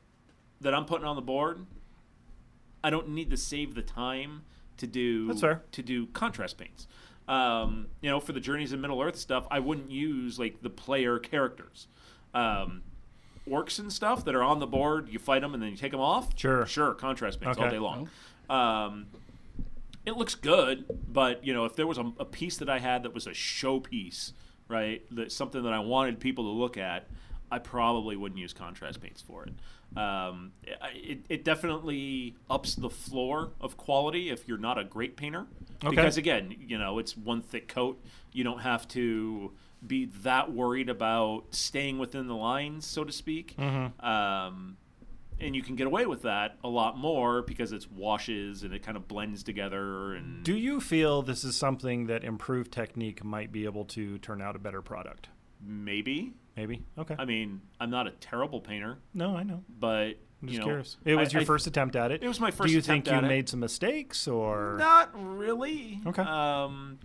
Speaker 6: that I'm putting on the board, I don't need to save the time to do
Speaker 7: That's fair.
Speaker 6: to do contrast paints. Um, you know, for the journeys in Middle Earth stuff, I wouldn't use like the player characters, um, orcs and stuff that are on the board. You fight them and then you take them off.
Speaker 7: Sure.
Speaker 6: sure, contrast paints all
Speaker 7: Okay.
Speaker 6: day long. Um, it looks good, but you know, if there was a, a piece that I had that was a showpiece, right, that something that I wanted people to look at, I probably wouldn't use contrast paints for it. Um, I- it, it definitely ups the floor of quality if you're not a great painter.
Speaker 7: Okay.
Speaker 6: Because again, you know, it's one thick coat. You don't have to be that worried about staying within the lines, so to speak.
Speaker 7: Mm-hmm.
Speaker 6: Um, and you can get away with that a lot more because it's washes and it kind of blends together and
Speaker 7: Do you feel this is something that improved technique might be able to turn out a better product?
Speaker 6: maybe.
Speaker 7: Maybe. Okay.
Speaker 6: I mean, I'm not a terrible painter,
Speaker 7: no, I know.
Speaker 6: but you
Speaker 7: I'm just
Speaker 6: know,
Speaker 7: curious. It was
Speaker 6: I-
Speaker 7: your
Speaker 6: I-
Speaker 7: first attempt at it.
Speaker 6: It was my first
Speaker 7: Do you
Speaker 6: attempt
Speaker 7: think you
Speaker 6: at it.
Speaker 7: made some mistakes or?
Speaker 6: Not really.
Speaker 7: Okay.
Speaker 6: Um,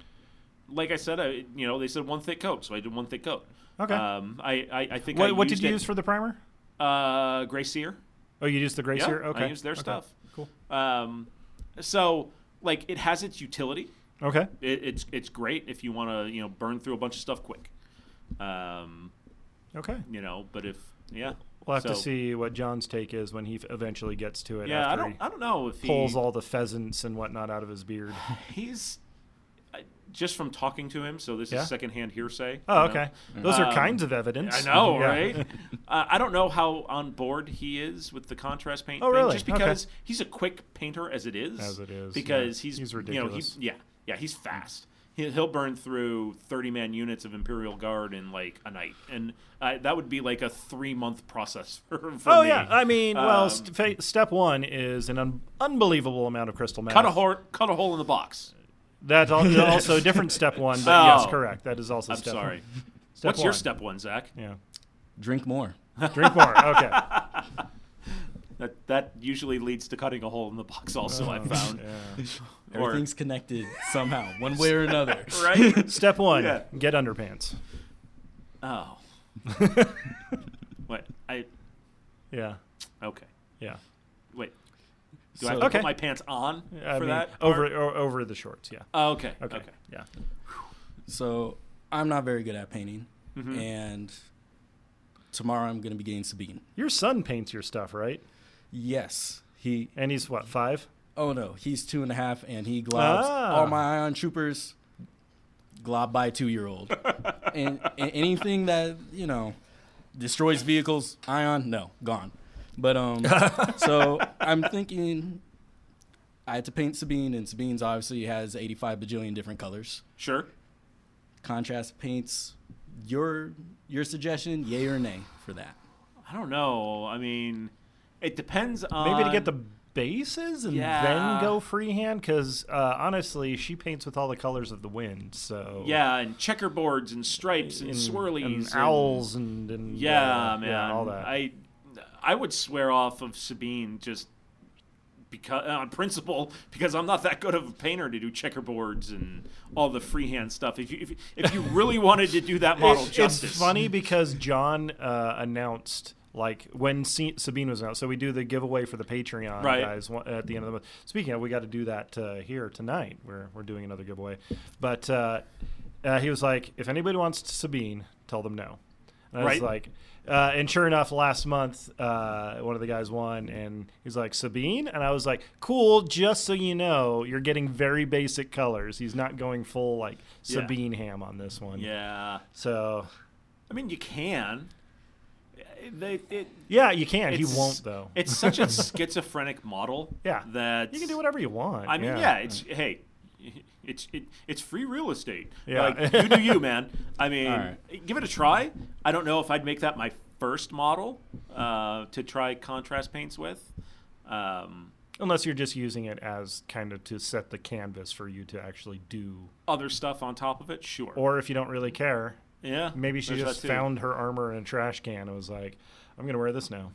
Speaker 6: like I said, I, you know, they said one thick coat, so I did one thick coat.
Speaker 7: Okay.
Speaker 6: Um, I, I, I think I
Speaker 7: What, what did
Speaker 6: used
Speaker 7: you
Speaker 6: it-
Speaker 7: use for the primer?
Speaker 6: uh, Gray Sear?
Speaker 7: Oh, you used the gray
Speaker 6: Yeah,
Speaker 7: sear? Okay.
Speaker 6: I used their
Speaker 7: Okay.
Speaker 6: stuff.
Speaker 7: Cool.
Speaker 6: Um, so like it has its utility.
Speaker 7: Okay.
Speaker 6: It, it's it's great if you want to you know burn through a bunch of stuff quick. Um,
Speaker 7: Okay.
Speaker 6: you know, but if yeah,
Speaker 7: We'll have to
Speaker 6: So,
Speaker 7: see what John's take is when he f- eventually gets to it.
Speaker 6: Yeah, I
Speaker 7: after
Speaker 6: don't
Speaker 7: he
Speaker 6: I don't know if he
Speaker 7: pulls all the pheasants and whatnot out of his beard.
Speaker 6: he's I- just from talking to him. So this
Speaker 7: Yeah.
Speaker 6: is secondhand hearsay.
Speaker 7: Oh,
Speaker 6: you know?
Speaker 7: okay. Those are
Speaker 6: Um,
Speaker 7: kinds of evidence.
Speaker 6: I know,
Speaker 7: Yeah.
Speaker 6: right? uh, I don't know how on board he is with the contrast paint
Speaker 7: Oh,
Speaker 6: thing,
Speaker 7: really?
Speaker 6: just
Speaker 7: Okay.
Speaker 6: because he's a quick painter as it is.
Speaker 7: As it is,
Speaker 6: because
Speaker 7: yeah.
Speaker 6: he's
Speaker 7: He's
Speaker 6: You
Speaker 7: ridiculous.
Speaker 6: know, he, yeah, yeah, he's fast. He- He'll burn through thirty-man units of Imperial Guard in like a night, and uh, that would be like a three-month process for, for
Speaker 7: Oh
Speaker 6: me.
Speaker 7: yeah, I mean, well,
Speaker 6: Um,
Speaker 7: st- fa- step one is an un- unbelievable amount of crystal meth.
Speaker 6: cut a hole, cut a hole in the box.
Speaker 7: That al- also different step one, but yes,
Speaker 6: Oh.
Speaker 7: correct. That is also.
Speaker 6: I'm
Speaker 7: step
Speaker 6: sorry.
Speaker 7: One. Step
Speaker 6: What's your
Speaker 7: one.
Speaker 6: step one, Zach?
Speaker 7: Yeah,
Speaker 8: Drink more.
Speaker 7: drink more. Okay.
Speaker 6: That that usually leads to cutting a hole in the box. Also,
Speaker 7: Oh,
Speaker 6: I found Or-
Speaker 8: Everything's connected somehow, one way or another.
Speaker 6: right.
Speaker 7: Step one:
Speaker 6: Yeah.
Speaker 7: get underpants.
Speaker 6: Oh, what I
Speaker 7: Yeah,
Speaker 6: okay.
Speaker 7: yeah.
Speaker 6: Wait. Do I have
Speaker 8: So-
Speaker 6: to
Speaker 7: Okay.
Speaker 6: put my pants on
Speaker 7: I
Speaker 6: for
Speaker 7: mean,
Speaker 6: that?
Speaker 7: over
Speaker 6: part?
Speaker 7: o- over the shorts. Yeah.
Speaker 6: Oh, okay.
Speaker 7: Okay.
Speaker 6: Okay.
Speaker 7: Yeah.
Speaker 8: So I'm not very good at painting,
Speaker 6: Mm-hmm.
Speaker 8: and tomorrow I'm going to be getting Sabine.
Speaker 7: Your son paints your stuff, right?
Speaker 8: Yes, he.
Speaker 7: And he's what five?
Speaker 8: Oh no, he's two and a half, and he globs
Speaker 7: Ah.
Speaker 8: all my ion troopers. Glob by two year old, and, and anything that you know destroys vehicles, ion, no, gone. But um, so I'm thinking. I had to paint Sabine, and Sabine's obviously has 85 bajillion different colors.
Speaker 6: Sure.
Speaker 8: contrast paints your your suggestion yay or nay for that
Speaker 6: I don't know. I mean, it depends on
Speaker 7: Maybe to get the bases and
Speaker 6: Yeah.
Speaker 7: then go freehand, because uh, honestly, she paints with all the colors of the wind. So
Speaker 6: yeah and checkerboards and stripes and,
Speaker 7: and,
Speaker 6: swirlies
Speaker 7: and owls and, and
Speaker 6: Yeah,
Speaker 7: uh,
Speaker 6: man.
Speaker 7: all that.
Speaker 6: I I would swear off of Sabine just because on principle because I'm not that good of a painter to do checkerboards and all the freehand stuff. If you if, if you really wanted to do that model
Speaker 7: It's-
Speaker 6: justice,
Speaker 7: It's funny because John uh, announced like when C- Sabine was out. So we do the giveaway for the Patreon
Speaker 6: Right.
Speaker 7: guys one- at the end of the month. Speaking of, we got to do that uh, here tonight. We're we're doing another giveaway, but uh, uh, he was like, if anybody wants Sabine, tell them no. And I was
Speaker 6: Right.
Speaker 7: like. Uh, and sure enough, last month uh, one of the guys won, and he's like Sabine, and I was like, "Cool, just so you know, you're getting very basic colors. He's not going full like
Speaker 6: Yeah.
Speaker 7: Sabine ham on this one."
Speaker 6: Yeah.
Speaker 7: So
Speaker 6: I mean, you can. They, it,
Speaker 7: yeah, you can. He
Speaker 6: it's-
Speaker 7: won't though.
Speaker 6: It's such a schizophrenic model.
Speaker 7: Yeah.
Speaker 6: that
Speaker 7: you can do whatever you want.
Speaker 6: I mean, yeah, it's hey, it's it, it's free real estate.
Speaker 7: Yeah.
Speaker 6: like, you do you, man. I mean,
Speaker 8: Alright.
Speaker 6: give it a try. I don't know if I'd make that my first model uh, to try contrast paints with. Um,
Speaker 7: Unless you're just using it as kind of to set the canvas for you to actually do,
Speaker 6: other stuff on top of it, sure.
Speaker 7: or if you don't really care,
Speaker 6: yeah,
Speaker 7: maybe she
Speaker 6: there's that
Speaker 7: just
Speaker 6: too.
Speaker 7: found her armor in a trash can and was like, "I'm gonna wear this now."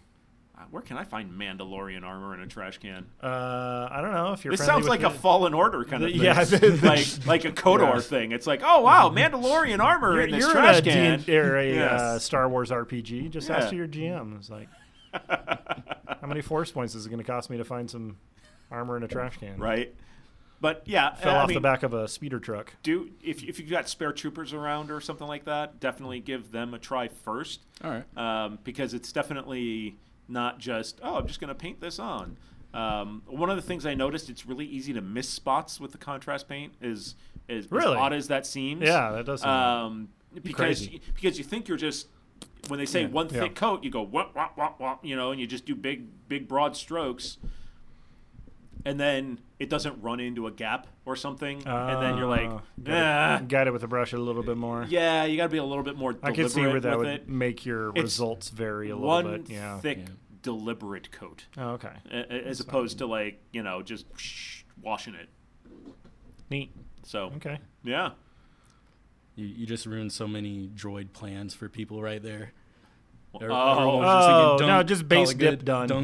Speaker 6: Uh, Where can I find Mandalorian armor in a trash can?
Speaker 7: Uh, I don't know if you're.
Speaker 6: This sounds
Speaker 7: friendly with
Speaker 6: like a
Speaker 7: the-
Speaker 6: Fallen Order kind of
Speaker 7: The-
Speaker 6: thing.
Speaker 7: yeah, the- the-
Speaker 6: like like a Kodor
Speaker 7: Yeah. Mm-hmm.
Speaker 6: thing. It's like, oh wow, Mandalorian armor
Speaker 7: You're,
Speaker 6: in this
Speaker 7: you're
Speaker 6: trash
Speaker 7: a, D-
Speaker 6: can.
Speaker 7: or a uh,
Speaker 6: Yes.
Speaker 7: Star Wars RPG. Just
Speaker 6: Yeah.
Speaker 7: ask your GM. It's like, how many force points is it going to cost me to find some armor in a trash can?
Speaker 6: right? But yeah,
Speaker 7: Fell
Speaker 6: I
Speaker 7: off the
Speaker 6: mean,
Speaker 7: back of a speeder truck.
Speaker 6: do if if you've got spare troopers around or something like that, definitely give them a try first.
Speaker 8: all right
Speaker 6: Um, because it's definitely not just oh, I'm just going to paint this on. Um, one of the things I noticed it's really easy to miss spots with the contrast paint is is
Speaker 7: Really?
Speaker 6: as odd as that seems.
Speaker 7: Yeah, that does seem
Speaker 6: um, because
Speaker 7: uh, Crazy.
Speaker 6: because you think you're just when they say one
Speaker 7: yeah.
Speaker 6: thick coat, you go wop wop wop wop, you know, and you just do big big broad strokes, and then it doesn't run into a gap or something, Um, and then you're like,
Speaker 7: Ah,
Speaker 6: "Nah."
Speaker 7: Guide it with a brush a little bit more.
Speaker 6: yeah, you got to be a little bit more
Speaker 7: I
Speaker 6: deliberate
Speaker 7: can see where that
Speaker 6: with
Speaker 7: would
Speaker 6: it.
Speaker 7: make your
Speaker 6: It's
Speaker 7: results vary a little
Speaker 6: One
Speaker 7: bit. Yeah.
Speaker 6: thick deliberate coat,
Speaker 7: Oh, okay.
Speaker 6: a- a- as opposed to like you know just whoosh, washing it.
Speaker 7: Neat.
Speaker 6: So
Speaker 7: Okay.
Speaker 6: yeah,
Speaker 8: You, you just ruined so many droid plans for people right there.
Speaker 6: Oh.
Speaker 7: Oh no, just base dip done.
Speaker 8: done.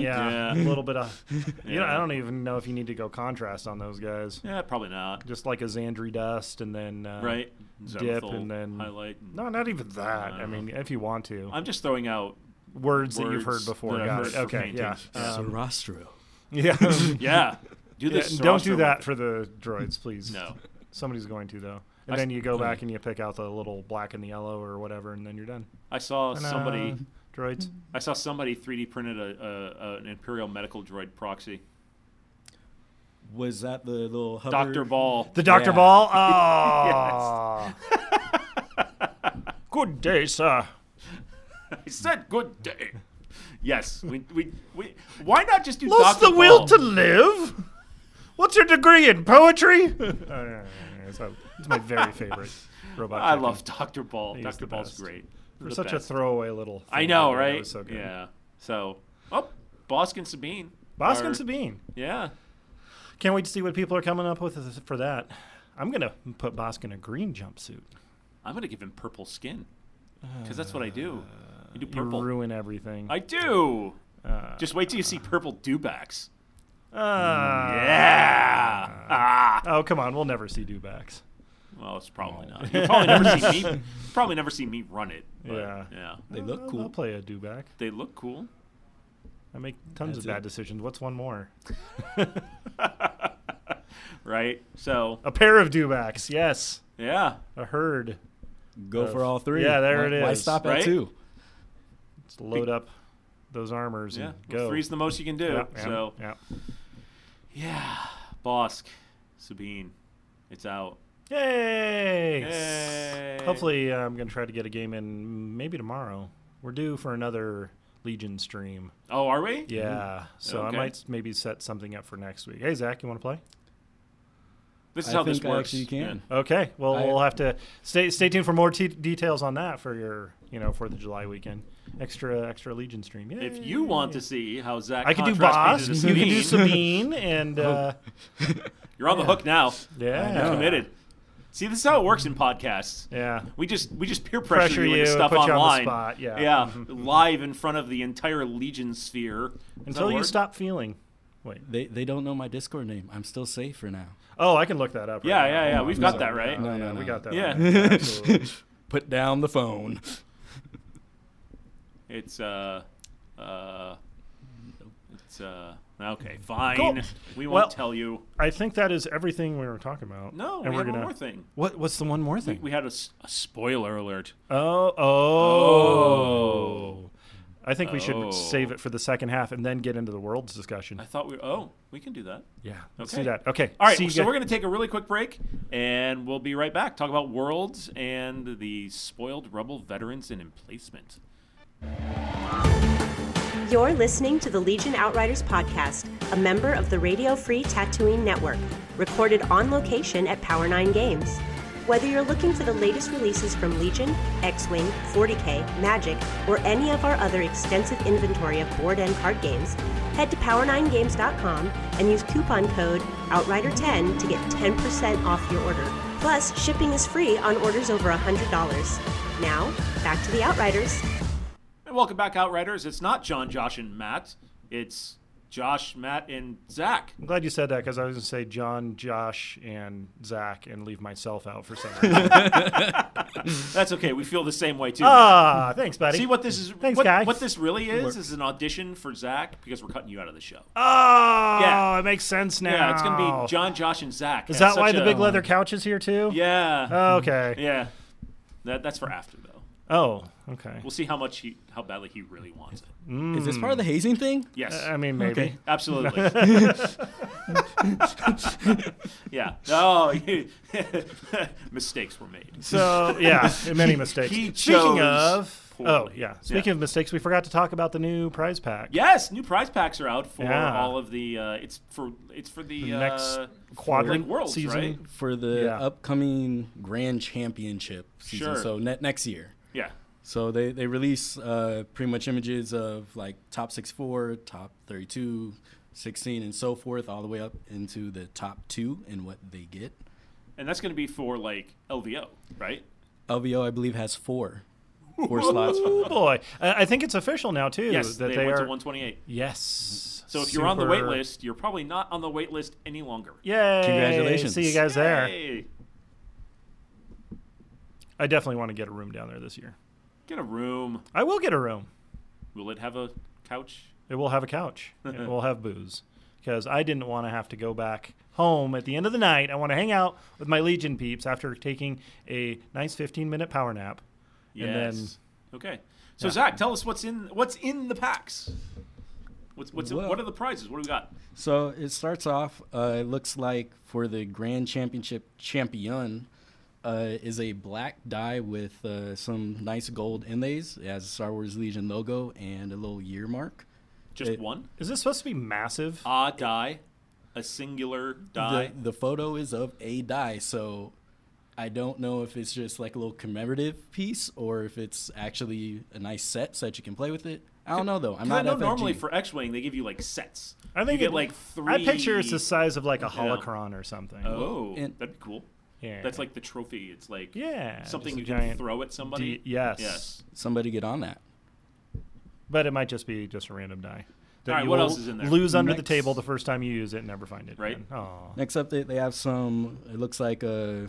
Speaker 6: Yeah.
Speaker 7: Yeah, a little bit of. You know,
Speaker 6: Yeah.
Speaker 7: I don't even know if you need to go contrast on those guys.
Speaker 6: yeah, probably not.
Speaker 7: Just like a Xandri dust, and then uh,
Speaker 6: Right,
Speaker 7: dip,
Speaker 6: Zenithal
Speaker 7: and then
Speaker 6: highlight. and-
Speaker 7: No, not even that. I
Speaker 6: No.
Speaker 7: mean, if you want to,
Speaker 6: I'm just throwing out.
Speaker 7: words, that you've heard
Speaker 6: words
Speaker 7: before.
Speaker 6: that I've
Speaker 7: Got
Speaker 6: heard
Speaker 7: it.
Speaker 6: for
Speaker 7: Okay, yeah,
Speaker 6: paintings.
Speaker 7: Uh,
Speaker 8: Sarastro.
Speaker 7: yeah.
Speaker 6: Yeah, do
Speaker 7: Yeah,
Speaker 6: this.
Speaker 7: don't
Speaker 6: Sarastro
Speaker 7: do that for the droids, please.
Speaker 6: No.
Speaker 7: Somebody's going to though. And
Speaker 6: I
Speaker 7: then
Speaker 6: s-
Speaker 7: you go back and you pick out the little black and the yellow or whatever, and then you're done.
Speaker 6: I saw
Speaker 7: Ta-da.
Speaker 6: somebody.
Speaker 7: droids.
Speaker 6: I saw somebody 3D printed a, a, a an Imperial medical droid proxy.
Speaker 8: Was that the little Hubbard?
Speaker 6: Doctor Ball.
Speaker 7: The Doctor
Speaker 8: Yeah.
Speaker 7: Ball. Oh. Good day, sir.
Speaker 6: I said good day. Yes, we, we, we Why not just do
Speaker 7: Lost
Speaker 6: Dr.
Speaker 7: the will
Speaker 6: Ball?
Speaker 7: to live. What's your degree in poetry? Oh, yeah, yeah, yeah, It's a- it's my very favorite robot.
Speaker 6: I
Speaker 7: chicken.
Speaker 6: love Doctor Ball.
Speaker 7: He's
Speaker 6: Doctor
Speaker 7: the
Speaker 6: Ball's
Speaker 7: best.
Speaker 6: great.
Speaker 7: for
Speaker 6: The
Speaker 7: such
Speaker 6: best.
Speaker 7: a throwaway little. Thing
Speaker 6: I know,
Speaker 7: That
Speaker 6: right?
Speaker 7: was so good.
Speaker 6: Yeah. So, oh, Bosk and Sabine.
Speaker 7: Bosk
Speaker 6: are-
Speaker 7: and Sabine.
Speaker 6: Yeah.
Speaker 7: Can't wait to see what people are coming up with for that. I'm gonna put Bosk in a green jumpsuit.
Speaker 6: I'm gonna give him purple skin because that's what I do. I do
Speaker 7: Uh, You
Speaker 6: purple.
Speaker 7: ruin Uh, everything.
Speaker 6: I do. Just wait till you see purple dewbacks.
Speaker 7: Ah.
Speaker 6: Yeah. Ah.
Speaker 7: Oh come on, we'll never see Dubacks.
Speaker 6: Well, it's probably not. You'll probably never see me. Probably never see me run it. but,
Speaker 7: Yeah.
Speaker 6: Yeah.
Speaker 8: They
Speaker 7: I'll-
Speaker 8: look
Speaker 7: I'll
Speaker 8: cool.
Speaker 7: play a Dubac.
Speaker 6: They look cool.
Speaker 7: I make tons
Speaker 8: That's
Speaker 7: of bad
Speaker 8: it.
Speaker 7: decisions. What's one more?
Speaker 6: right? So
Speaker 7: A pair of Dubacs. Yes,
Speaker 6: yeah,
Speaker 7: a herd.
Speaker 8: Go for all three.
Speaker 7: Yeah, there
Speaker 8: why,
Speaker 7: it
Speaker 8: Why
Speaker 7: is,
Speaker 8: stop
Speaker 6: right?
Speaker 8: at two?
Speaker 7: Let's load up those armors
Speaker 6: yeah.
Speaker 7: and go.
Speaker 6: Three's the most you can do.
Speaker 7: yeah,
Speaker 6: so
Speaker 7: yeah,
Speaker 6: yeah, Bosk, Sabine, it's out.
Speaker 7: yeah. Yay!
Speaker 6: Hey.
Speaker 7: Hopefully, uh, I'm gonna try to get a game in maybe tomorrow. We're due for another Legion stream.
Speaker 6: Oh, are we?
Speaker 7: Yeah, so
Speaker 6: Okay.
Speaker 7: I might maybe set something up for next week. Hey, Zach, you want to play?
Speaker 6: This is
Speaker 8: I
Speaker 6: how
Speaker 8: think
Speaker 6: this
Speaker 8: I
Speaker 6: works.
Speaker 8: actually can.
Speaker 7: Okay, well,
Speaker 8: I-
Speaker 7: we'll have to stay stay tuned for more t- details on that for your you know Fourth of July weekend extra extra Legion stream.
Speaker 6: Yeah.
Speaker 7: Yay.
Speaker 6: If you want to see how Zach
Speaker 7: I could do Boss,
Speaker 6: contrast
Speaker 7: you
Speaker 6: painted to
Speaker 7: could do
Speaker 6: Sabine, Oh,
Speaker 7: Sabine, and uh,
Speaker 6: you're on the hook now.
Speaker 7: yeah,
Speaker 6: Committed. See, this is how it works in podcasts.
Speaker 7: yeah.
Speaker 6: We just we just peer pressure,
Speaker 7: Pressure
Speaker 6: you
Speaker 7: you
Speaker 6: into stuff
Speaker 7: and put you on the
Speaker 6: online.
Speaker 7: spot, yeah. Mm-hmm.
Speaker 6: yeah, live in front of the entire Legion sphere. Is that
Speaker 7: Until
Speaker 6: a
Speaker 7: you
Speaker 6: word?
Speaker 7: stop feeling. Wait.
Speaker 8: They they don't know my Discord name. I'm still safe for now.
Speaker 7: Oh, I can look that up. Right
Speaker 6: Yeah,
Speaker 7: now.
Speaker 6: yeah, yeah. We've got that right.
Speaker 8: No,
Speaker 7: Yeah,
Speaker 8: no,
Speaker 7: we
Speaker 8: no.
Speaker 7: got that.
Speaker 6: Yeah.
Speaker 7: right. Absolutely.
Speaker 8: Put down the phone.
Speaker 6: It's uh, uh, it's uh. Okay, fine. We won't
Speaker 7: Well-
Speaker 6: tell you.
Speaker 7: I think that is everything we were talking about.
Speaker 6: No,
Speaker 7: and
Speaker 6: we
Speaker 7: are
Speaker 6: had
Speaker 7: gonna.
Speaker 6: one more thing.
Speaker 7: What? What's the one more thing?
Speaker 6: We had a, s- a spoiler alert.
Speaker 7: Oh, oh. I think we
Speaker 6: Oh.
Speaker 7: should save it for the second half and then get into the world's discussion.
Speaker 6: I thought we. Oh, we can do that.
Speaker 7: Yeah, let's
Speaker 6: Okay.
Speaker 7: do that. Okay.
Speaker 6: All right,
Speaker 7: see
Speaker 6: so
Speaker 7: ya.
Speaker 6: we're going to take a really quick break, and we'll be right back. Talk about worlds and the spoiled rebel veterans in emplacement.
Speaker 1: You're listening to the Legion Outriders podcast, a member of the Radio Free Tatooine Network, recorded on location at Power 9 Games. Whether you're looking for the latest releases from Legion, X Wing, 40K, Magic, or any of our other extensive inventory of board and card games, head to power9games.com and use coupon code OUTRIDER10 to get 10% off your order. Plus, shipping is free on orders over $100. Now, back to the Outriders.
Speaker 6: And welcome back, Outriders. It's not John, Josh, and Matt. It's Josh, Matt, and Zach.
Speaker 7: I'm glad you said that because I was going to say John, Josh, and Zach and leave myself out for some reason.
Speaker 6: That's okay. We feel the same way too.
Speaker 7: ah, thanks, buddy.
Speaker 6: See what this is.
Speaker 7: Thanks,
Speaker 6: what,
Speaker 7: guy.
Speaker 6: what this really is is an audition for Zach because we're cutting you out of the show.
Speaker 7: Oh,
Speaker 6: Yeah.
Speaker 7: it makes sense now.
Speaker 6: Yeah, it's gonna be John, Josh, and Zach.
Speaker 7: Is
Speaker 6: had
Speaker 7: that why
Speaker 6: such
Speaker 7: the
Speaker 6: a- um,
Speaker 7: big leather couch is here too?
Speaker 6: Yeah.
Speaker 7: Oh, okay.
Speaker 6: yeah. That that's for after though.
Speaker 7: Oh, okay.
Speaker 6: We'll see how much he, how badly he really wants it.
Speaker 8: Is this part of the
Speaker 7: Hmm.
Speaker 8: hazing thing?
Speaker 6: Yes,
Speaker 7: Uh, I mean, maybe.
Speaker 8: Okay.
Speaker 6: absolutely. yeah. Oh, you- mistakes were made.
Speaker 7: So yeah, many mistakes.
Speaker 6: he chose
Speaker 7: Speaking of, oh
Speaker 6: poorly.
Speaker 7: yeah.
Speaker 6: Yeah.
Speaker 7: Speaking of mistakes, we forgot to talk about the new prize pack.
Speaker 6: Yes, new prize packs are out for
Speaker 7: Yeah.
Speaker 6: all of the. Uh, it's for it's for the,
Speaker 7: The next
Speaker 6: uh,
Speaker 7: quadrant
Speaker 6: like worlds,
Speaker 7: season.
Speaker 6: right?
Speaker 8: For the
Speaker 7: Yeah.
Speaker 8: upcoming Grand Championship season,
Speaker 6: Sure.
Speaker 8: so ne- next year.
Speaker 6: Yeah.
Speaker 8: So they, they release uh, pretty much images of like top 64, top 32, 16, and so forth, all the way up into the top two and what they get.
Speaker 6: And that's going to be for like LVO, right?
Speaker 8: LVO, I believe, has four. Four slots.
Speaker 7: Oh boy, I, I think it's official now too.
Speaker 6: Yes,
Speaker 7: that
Speaker 6: they,
Speaker 7: they,
Speaker 6: went
Speaker 7: are.
Speaker 6: to 128.
Speaker 7: yes.
Speaker 6: So if you're on the wait
Speaker 7: Super-
Speaker 6: list, you're probably not on the wait list any longer.
Speaker 7: Yay!
Speaker 8: Congratulations.
Speaker 7: See you guys there.
Speaker 6: Hey,
Speaker 7: I definitely want to get a room down there this year.
Speaker 6: get a room.
Speaker 7: I will get a room.
Speaker 6: Will it have a couch?
Speaker 7: It will have a couch. it will have booze. Because I didn't want to have to go back home at the end of the night. I want to hang out with my Legion peeps after taking a nice 15 minute power nap.
Speaker 6: Yes.
Speaker 7: then-
Speaker 6: okay. So Zach, tell us what's in what's in the packs. What's what's
Speaker 8: Well-
Speaker 6: what are the prizes? What do we got?
Speaker 8: So it starts off. Uh, it looks like for the Grand Championship champion uh, is a black die with uh, some nice gold inlays. It has a Star Wars Legion logo and a little year mark.
Speaker 6: Just
Speaker 8: It-
Speaker 6: one.
Speaker 7: Is this supposed to be massive?
Speaker 6: A die, a singular die.
Speaker 8: The, the photo is of a die, so I don't know if it's just like a little commemorative piece or if it's actually a nice set so that you can play with it. I don't know though. I'm
Speaker 6: 'Cause I
Speaker 8: not
Speaker 6: know
Speaker 8: FFG.
Speaker 6: normally for X-wing they give you like sets.
Speaker 7: I think
Speaker 6: you get
Speaker 7: it-
Speaker 6: like three.
Speaker 7: I picture it's the size of like a holocron or something.
Speaker 6: Oh,
Speaker 8: And-
Speaker 6: that'd be cool.
Speaker 7: Yeah.
Speaker 6: That's like the trophy. It's like
Speaker 7: Yeah,
Speaker 6: something
Speaker 7: just a
Speaker 6: you can
Speaker 7: giant
Speaker 6: throw at somebody.
Speaker 7: D- yes.
Speaker 6: Yes.
Speaker 8: somebody get on that.
Speaker 7: But it might just be just a random die. that
Speaker 6: All right,
Speaker 7: you
Speaker 6: what
Speaker 7: will
Speaker 6: else is in there?
Speaker 7: Lose under the
Speaker 8: Next.
Speaker 7: table the first time you use it and never find it.
Speaker 6: Right.
Speaker 7: Again. Aw.
Speaker 8: Next up, they, they have some. It looks like a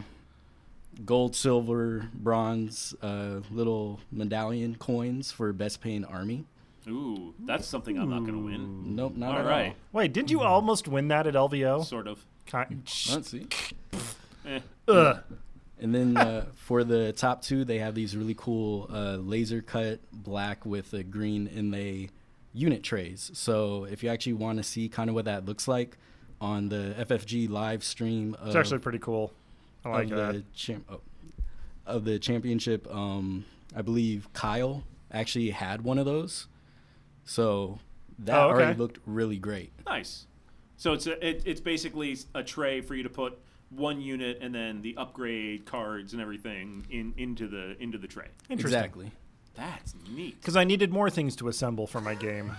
Speaker 8: gold, silver, bronze, uh, little medallion coins for best paying army.
Speaker 6: Ooh, that's something I'm not gonna
Speaker 7: Hmm.
Speaker 6: win.
Speaker 8: Nope, not
Speaker 6: All
Speaker 8: at
Speaker 6: right.
Speaker 7: Wait, didn't you almost win that at LVO?
Speaker 6: Sort of.
Speaker 7: Ki-
Speaker 8: all. Let's see.
Speaker 6: Eh.
Speaker 7: Ugh.
Speaker 8: And then uh, for the top two, they have these really cool uh, laser cut black with a green inlay unit trays. So if you actually want to see kind of what that looks like on the FFG live stream, of,
Speaker 7: It's actually pretty cool. I like uh,
Speaker 8: of
Speaker 7: that.
Speaker 8: the champ oh, of the championship. Um, I believe Kyle actually had one of those, so that
Speaker 7: Oh, okay.
Speaker 8: already looked really great.
Speaker 6: Nice. So it's a, it, it's basically a tray for you to put one unit and then the upgrade cards and everything in into the into the tray.
Speaker 7: Interesting.
Speaker 8: Exactly.
Speaker 6: That's neat.
Speaker 7: Because I needed more things to assemble for my game.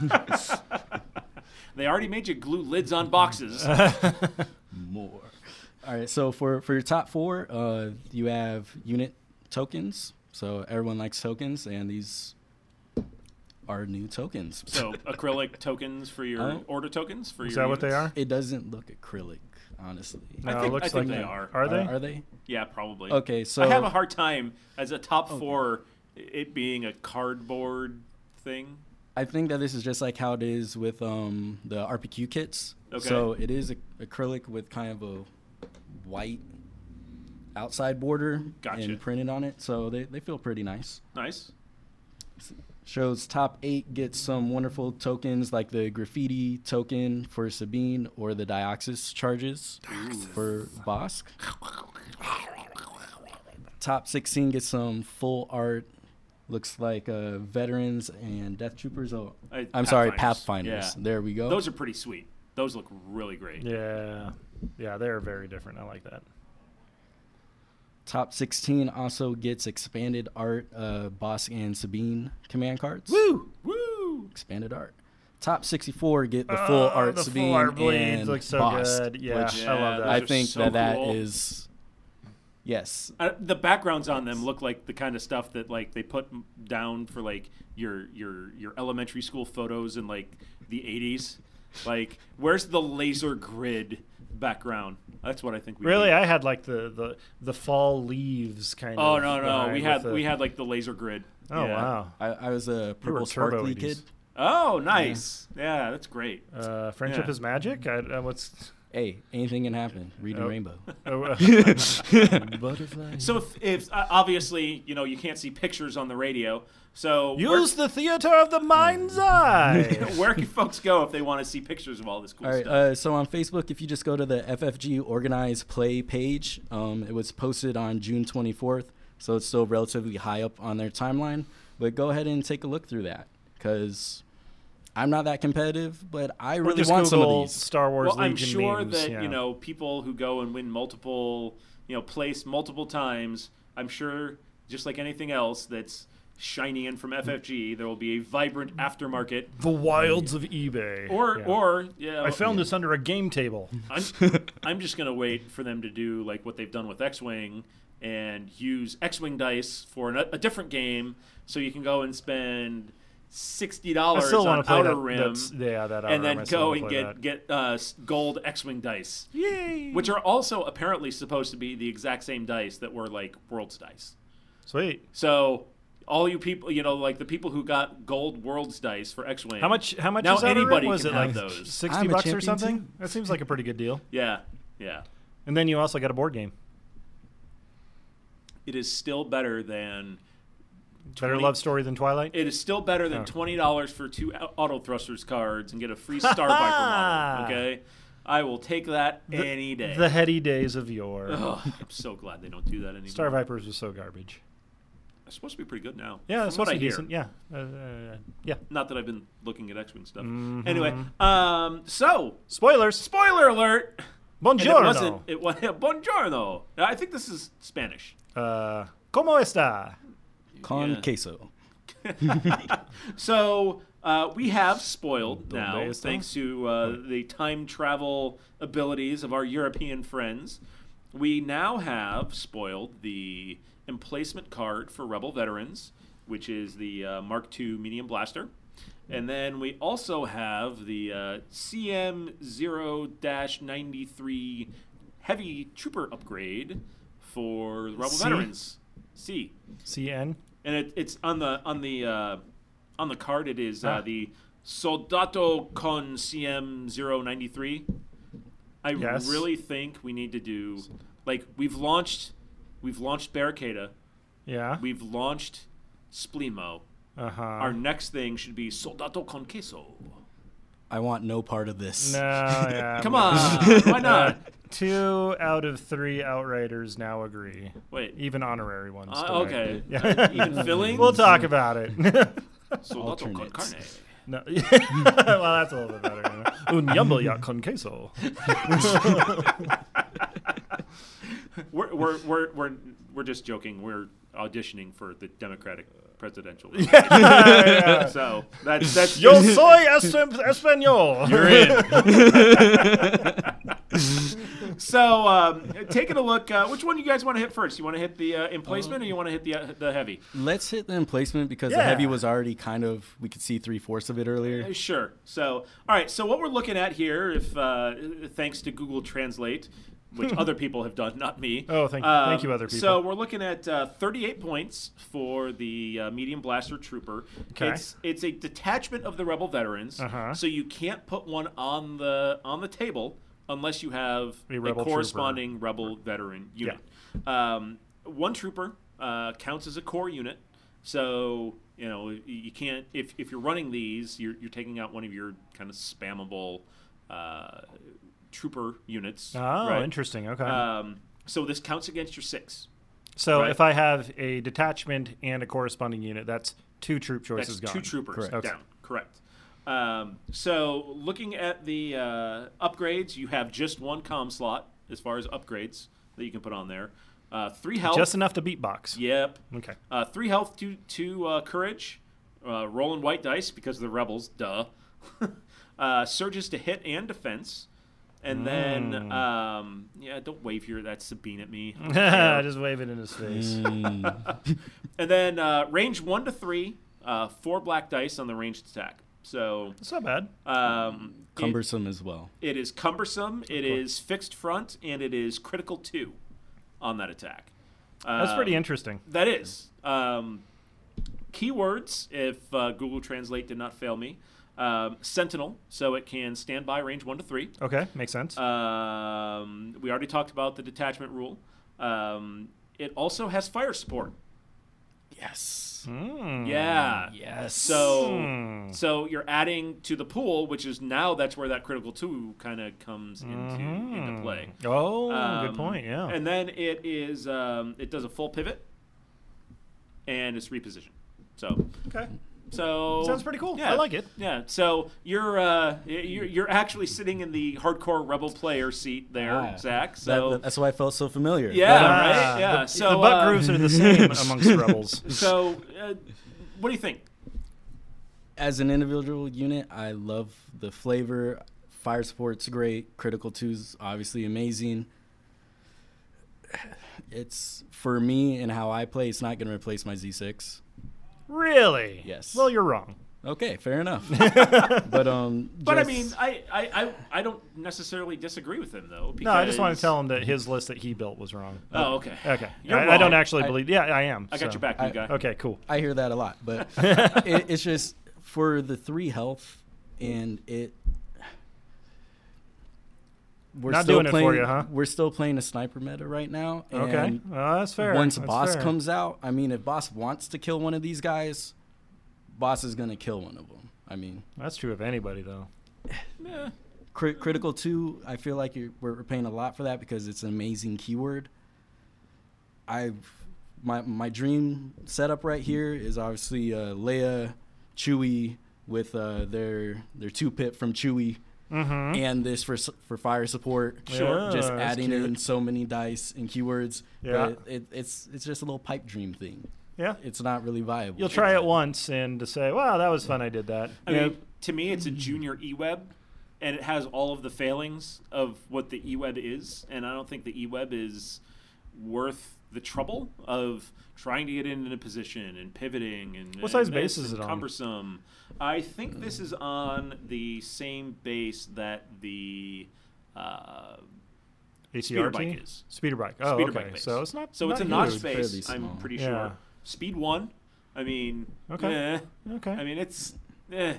Speaker 6: They already made you glue lids on boxes.
Speaker 8: More. All right. So for for your top four, uh, you have unit tokens. So everyone likes tokens, and these are new tokens.
Speaker 6: so acrylic tokens for your
Speaker 8: Oh.
Speaker 6: order tokens for
Speaker 7: Is
Speaker 6: your.
Speaker 7: that what they
Speaker 6: units.
Speaker 7: are?
Speaker 8: it doesn't look acrylic, honestly.
Speaker 6: I
Speaker 7: No,
Speaker 6: think,
Speaker 7: it looks
Speaker 6: I think
Speaker 7: like
Speaker 6: they
Speaker 7: that.
Speaker 6: are.
Speaker 7: Are they?
Speaker 8: Are, are they?
Speaker 6: Yeah, probably.
Speaker 8: Okay. So
Speaker 6: I have a hard time as a top four, it being a cardboard thing.
Speaker 8: I think that this is just like how it is with um, the RPQ kits.
Speaker 6: Okay.
Speaker 8: So it is ac- acrylic with kind of a white outside border
Speaker 6: Gotcha.
Speaker 8: and printed on it. So they, they feel pretty nice.
Speaker 6: Nice.
Speaker 8: Shows top eight gets some wonderful tokens like the graffiti token for Sabine or the Dioxys charges for Bosk. top 16 gets some full art. Looks like uh, veterans and death troopers. Oh,
Speaker 6: Uh,
Speaker 8: I'm sorry,
Speaker 6: Pathfinders.
Speaker 8: pathfinders.
Speaker 6: Yeah.
Speaker 8: There we go.
Speaker 6: Those are pretty sweet. Those look really great.
Speaker 7: yeah. Yeah, they're very different. I like that.
Speaker 8: Top 16 also gets expanded art, uh, Boss and Sabine command cards.
Speaker 6: Woo! Woo!
Speaker 8: Expanded art. Top 64 get the full art
Speaker 7: Ah, the full
Speaker 8: Sabine
Speaker 7: art bleeds
Speaker 8: and
Speaker 7: looks so
Speaker 8: Boss,
Speaker 7: good. Yeah,
Speaker 8: which
Speaker 7: I love
Speaker 6: Yeah,
Speaker 7: that.
Speaker 8: I
Speaker 6: those are
Speaker 8: think
Speaker 6: so
Speaker 8: that that
Speaker 6: cool.
Speaker 8: is yes,
Speaker 6: Uh, the backgrounds on them look like the kind of stuff that like they put m- down for like your your your elementary school photos in like the 80s. Like, where's the laser grid background? That's what I think we
Speaker 7: really,
Speaker 6: need.
Speaker 7: I had like the, the, the fall leaves kind
Speaker 6: Oh
Speaker 7: of.
Speaker 6: no no,
Speaker 7: vibe
Speaker 6: we
Speaker 7: with
Speaker 6: had
Speaker 7: the-
Speaker 6: we had like the laser grid.
Speaker 7: Oh
Speaker 6: Yeah.
Speaker 7: wow!
Speaker 8: I, I was a
Speaker 7: were
Speaker 8: purple
Speaker 7: turbo
Speaker 8: sparkly
Speaker 7: 80s.
Speaker 8: kid.
Speaker 6: Oh nice. Yeah, that's great.
Speaker 7: Uh, friendship
Speaker 6: Yeah.
Speaker 7: is magic. I, uh, what's
Speaker 8: Hey, anything can happen. Reading Rainbow.
Speaker 7: Oh, uh,
Speaker 8: Butterfly.
Speaker 6: So if, if uh, obviously you know you can't see pictures on the radio, so where,
Speaker 7: Use the theater of the mind's eye.
Speaker 6: where can folks go if they want to see pictures of all this cool
Speaker 8: All right.
Speaker 6: stuff?
Speaker 8: Uh, so on Facebook, if you just go to the FFG Organized Play page, um, it was posted on June 24th, so it's still relatively high up on their timeline. But go ahead and take a look through that, because I'm not that competitive, but I
Speaker 7: Or
Speaker 8: really
Speaker 7: just
Speaker 8: want some
Speaker 7: Google
Speaker 8: of these.
Speaker 7: Star Wars
Speaker 6: well, I'm
Speaker 7: Legion
Speaker 6: sure
Speaker 7: memes,
Speaker 6: that
Speaker 7: yeah.
Speaker 6: you know people who go and win multiple, you know, place multiple times. I'm sure, just like anything else that's shining in from FFG, there will be a vibrant aftermarket.
Speaker 7: the wilds of eBay.
Speaker 6: Or,
Speaker 7: Yeah.
Speaker 6: or uh, yeah,
Speaker 7: I found this under a game table.
Speaker 6: I'm, I'm just gonna wait for them to do like what they've done with X-wing and use X-wing dice for an, a different game, so you can go and spend sixty
Speaker 7: I
Speaker 6: dollars
Speaker 7: still
Speaker 6: on
Speaker 7: want to play
Speaker 6: Outer
Speaker 7: that,
Speaker 6: Rim,
Speaker 7: that's- yeah, that Outer
Speaker 6: and then
Speaker 7: Rim, I still
Speaker 6: go
Speaker 7: wanna
Speaker 6: and
Speaker 7: play
Speaker 6: get
Speaker 7: that.
Speaker 6: get uh, s- gold X-wing dice,
Speaker 7: Yay!
Speaker 6: which are also apparently supposed to be the exact same dice that were like Worlds dice.
Speaker 7: Sweet.
Speaker 6: So. All you people, you know, like the people who got gold worlds dice for X-wing.
Speaker 7: How much? How much?
Speaker 6: Now
Speaker 7: is Outer Rim?
Speaker 6: anybody
Speaker 7: was
Speaker 6: can
Speaker 7: it like
Speaker 6: have those.
Speaker 7: sixty
Speaker 8: I'm a
Speaker 7: bucks or
Speaker 8: champion
Speaker 7: something?
Speaker 8: too.
Speaker 7: That seems like a pretty good deal.
Speaker 6: Yeah, yeah.
Speaker 7: And then you also got a board game.
Speaker 6: It is still better than
Speaker 7: Better
Speaker 6: 20
Speaker 7: love story than Twilight.
Speaker 6: It is still better
Speaker 7: Oh.
Speaker 6: than twenty dollars for two au- auto thrusters cards and get a free star viper model. Okay, I will take that any day. Oh,
Speaker 7: the heady days of yore.
Speaker 6: Ugh, I'm so glad they don't do that anymore.
Speaker 7: Star Vipers was so garbage.
Speaker 6: It's supposed to be pretty good now.
Speaker 7: Yeah, that's
Speaker 6: from what
Speaker 7: supposed
Speaker 6: I
Speaker 7: to be
Speaker 6: hear.
Speaker 7: decent. Yeah, Uh, uh, yeah.
Speaker 6: Not that I've been looking at X-wing stuff.
Speaker 7: Mm-hmm.
Speaker 6: Anyway, um, so
Speaker 7: Spoilers.
Speaker 6: spoiler alert. And it wasn't.
Speaker 7: Buongiorno.
Speaker 6: It was buongiorno. Now, I think this is Spanish.
Speaker 7: Uh, como esta?
Speaker 8: Con
Speaker 6: Yeah.
Speaker 8: queso.
Speaker 6: So uh, we have spoiled now,
Speaker 7: está?
Speaker 6: thanks to uh, the time travel abilities of our European friends. We now have spoiled the emplacement card for Rebel Veterans, which is the uh, Mark II Medium Blaster. And then we also have the uh, CM 0 93 Heavy Trooper upgrade for the Rebel
Speaker 7: C?
Speaker 6: Veterans. C
Speaker 7: CN.
Speaker 6: and it, it's on the on the uh, on the card. It is
Speaker 7: Ah.
Speaker 6: uh, the Soldato con CM 093. I
Speaker 7: Yes.
Speaker 6: really think we need to do like we've launched we've launched Barricada,
Speaker 7: Yeah.
Speaker 6: we've launched Splimo.
Speaker 7: Uh huh.
Speaker 6: Our next thing should be Soldato con queso.
Speaker 8: I want no part of this.
Speaker 7: No, yeah.
Speaker 6: Come on, why not?
Speaker 7: Two out of three outriders now agree,
Speaker 6: Wait,
Speaker 7: even honorary ones.
Speaker 6: uh,
Speaker 7: don't.
Speaker 6: okay, Uh, even filling.
Speaker 7: We'll talk about it.
Speaker 6: Soldato con
Speaker 8: Alternates.
Speaker 6: carne.
Speaker 7: no. well, that's a little bit better. You know? Un yumbo ya con queso.
Speaker 6: We're we're we're we're, we're just joking. We're auditioning for the Democratic presidential. So that's that's
Speaker 7: Yo soy es- español. You're in.
Speaker 6: so. Um, taking a look, uh, which one you guys want to hit first? You want to hit the uh, emplacement, or you want to hit the uh, the heavy?
Speaker 8: Let's hit the emplacement because the
Speaker 7: Yeah.
Speaker 8: heavy was already kind of. We could see three fourths of it earlier.
Speaker 6: Uh, Sure. So all right. So what we're looking at here, if uh, thanks to Google Translate, which other people have done, not me. um,
Speaker 7: Oh, thank- thank you, other people.
Speaker 6: So we're looking at uh, 38 points for the uh, medium blaster trooper.
Speaker 7: Okay.
Speaker 6: It's it's a detachment of the rebel veterans.
Speaker 7: Uh-huh.
Speaker 6: So you can't put one on the on the table unless you have
Speaker 7: A
Speaker 6: a,
Speaker 7: rebel
Speaker 6: corresponding rebel veteran unit. Um, one trooper uh, counts as a core unit, so you know y- you can't if, if you're running these, you're, you're taking out one of your kind of spammable uh, trooper units.
Speaker 7: Oh,
Speaker 6: right?
Speaker 7: interesting. Okay.
Speaker 6: Um, so this counts against your six.
Speaker 7: so
Speaker 6: right.
Speaker 7: if I have a detachment and a corresponding unit, that's two troop
Speaker 6: That's
Speaker 7: choices gone.
Speaker 6: two troopers
Speaker 8: Correct.
Speaker 7: Okay.
Speaker 6: down. Correct. Um, so looking at the uh, upgrades, you have just one com slot as far as upgrades that you can put on there. Uh, three health.
Speaker 7: Just enough to beatbox.
Speaker 6: Yep.
Speaker 7: Okay.
Speaker 6: Uh, three health, two two uh, courage. Uh, rolling white dice because of the rebels. Duh. uh, surges to hit and defense. And then, um, yeah, don't wave your that Sabine at me. I don't care.
Speaker 7: Just wave it in his face.
Speaker 6: and then uh, range one to three, uh, four black dice on the ranged attack. So
Speaker 7: It's not bad.
Speaker 6: um, it-
Speaker 8: Cumbersome as well.
Speaker 6: it is cumbersome. It is fixed front, and it is critical two on that attack.
Speaker 7: That's pretty
Speaker 6: Um,
Speaker 7: interesting.
Speaker 6: That uh, is. Um, keywords, if uh, Google Translate did not fail me. Um, Sentinel, so it can stand by range one to three.
Speaker 7: Okay, makes sense.
Speaker 6: uh, Um, we already talked about the detachment rule. Um, it also has fire support.
Speaker 8: Yes.
Speaker 6: Hmm.
Speaker 7: Hmm.
Speaker 6: Yeah.
Speaker 8: Yes.
Speaker 6: So, so you're adding to the pool, which is now that's where that critical two kind of comes into into play.
Speaker 7: oh,
Speaker 6: Um,
Speaker 7: good point. Yeah.
Speaker 6: And then it is um, it does a full pivot, and it's repositioned. So
Speaker 7: okay.
Speaker 6: so
Speaker 7: Sounds pretty cool.
Speaker 6: Yeah,
Speaker 7: I like it.
Speaker 6: Yeah. So you're uh, y- you're, you're actually sitting in the hardcore rebel player seat there,
Speaker 8: Ah.
Speaker 6: Zach.
Speaker 8: That-
Speaker 6: So
Speaker 8: that's why I felt so familiar.
Speaker 6: yeah,
Speaker 8: But, um,
Speaker 7: Ah,
Speaker 6: right. Yeah.
Speaker 7: the,
Speaker 6: so
Speaker 7: the butt
Speaker 6: uh,
Speaker 7: grooves are the same amongst rebels.
Speaker 6: So uh, what do you think?
Speaker 8: as an individual unit, I love the flavor. Fire support's great. Critical two's obviously amazing. It's for me and how I play. It's not going to replace my Z6.
Speaker 7: Really?
Speaker 8: Yes.
Speaker 7: Well, you're wrong.
Speaker 8: Okay, fair enough. but um,
Speaker 6: But I
Speaker 8: just-
Speaker 6: mean, I, I, I, I don't necessarily disagree with him though. Because,
Speaker 7: No, I just want to tell him that his list that he built was wrong.
Speaker 6: Oh, okay.
Speaker 7: Okay.
Speaker 6: You're
Speaker 7: I, I don't
Speaker 6: wrong.
Speaker 7: actually believe. Yeah, I am.
Speaker 6: I got
Speaker 7: so.
Speaker 6: your back, new guy.
Speaker 7: Okay, cool.
Speaker 8: I hear that a lot, but it, it's just for the three health, and it. We're
Speaker 7: Not
Speaker 8: still
Speaker 7: doing it for
Speaker 8: playing,
Speaker 7: you, huh?
Speaker 8: We're still playing a sniper meta right now.
Speaker 7: Okay.
Speaker 8: and
Speaker 7: Well, that's fair.
Speaker 8: Once
Speaker 7: that's
Speaker 8: boss
Speaker 7: fair.
Speaker 8: comes out, I mean, if boss wants to kill one of these guys, boss is gonna kill one of them. I mean,
Speaker 7: That's true of anybody, though.
Speaker 8: crit- critical two. I feel like you're, we're we're paying a lot for that because it's an amazing keyword. I, my my dream setup right here is obviously uh, Leia, Chewie with uh, their their two pip from Chewie. And this for s- for fire support,
Speaker 7: Sure. Mm-hmm. Yeah,
Speaker 8: just
Speaker 7: that's
Speaker 8: adding
Speaker 7: cute.
Speaker 8: in so many dice and keywords.
Speaker 7: Yeah.
Speaker 8: But it, it, it's it's just a little pipe dream thing.
Speaker 7: Yeah.
Speaker 8: it's not really viable.
Speaker 7: You'll try it once and to say, wow, that was fun. I did that.
Speaker 6: I mean, to me, it's a junior eWeb, and it has all of the failings of what the eWeb is, and I don't think the eWeb is worth the trouble of trying to get in a position and pivoting and
Speaker 7: What size
Speaker 6: and
Speaker 7: base
Speaker 6: this
Speaker 7: is
Speaker 6: and
Speaker 7: it on?
Speaker 6: Cumbersome. I think this is on the same base that the uh,
Speaker 7: ATRT?
Speaker 6: speeder bike is.
Speaker 7: Speeder bike. Oh,
Speaker 6: speeder
Speaker 7: okay.
Speaker 6: bike base.
Speaker 7: So it's not.
Speaker 6: So it's a
Speaker 7: not
Speaker 6: notch
Speaker 7: huge.
Speaker 8: fairly
Speaker 6: base. I'm
Speaker 8: small.
Speaker 6: pretty
Speaker 7: Yeah.
Speaker 6: sure. Speed one. I mean,
Speaker 7: Okay.
Speaker 6: eh.
Speaker 7: Okay.
Speaker 6: I mean, it's. Eh,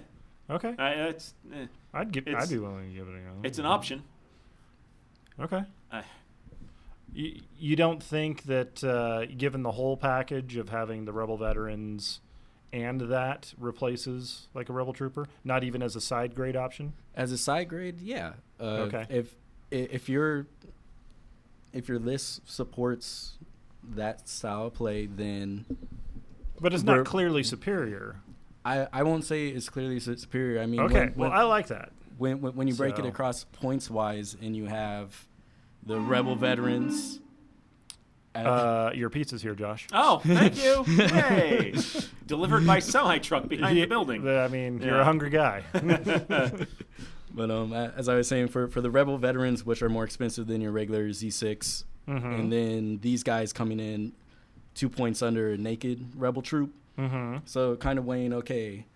Speaker 7: okay.
Speaker 6: I, it's eh.
Speaker 7: I'd give.
Speaker 6: it's-
Speaker 7: I'd be willing to give it a go.
Speaker 6: It's an option. Uh,
Speaker 7: Okay.
Speaker 6: I-
Speaker 7: You, you don't think that uh, given the whole package of having the rebel veterans and that replaces like a rebel trooper, not even as a side grade option?
Speaker 8: As a side grade, yeah. Uh,
Speaker 7: Okay.
Speaker 8: If i- if your if your list supports that style of play, then
Speaker 7: But it's not
Speaker 8: We're-
Speaker 7: clearly superior.
Speaker 8: I, I won't say it's clearly su- superior. I mean,
Speaker 7: Okay.
Speaker 8: when,
Speaker 7: well,
Speaker 8: when,
Speaker 7: I like that.
Speaker 8: when, when, when you break
Speaker 7: So-
Speaker 8: it across points wise, and you have the rebel veterans. at-
Speaker 7: Uh, your pizza's here, Josh.
Speaker 6: Oh, thank you. Hey. Delivered by semi truck behind
Speaker 7: Yeah,
Speaker 6: the building.
Speaker 7: the- I mean, you're
Speaker 6: Yeah.
Speaker 7: a hungry guy.
Speaker 8: But um, a- as I was saying, for, for the Rebel veterans, which are more expensive than your regular Z6,
Speaker 7: Mm-hmm.
Speaker 8: and then these guys coming in two points under a naked Rebel troop. Mm-hmm. So kind of weighing, okay,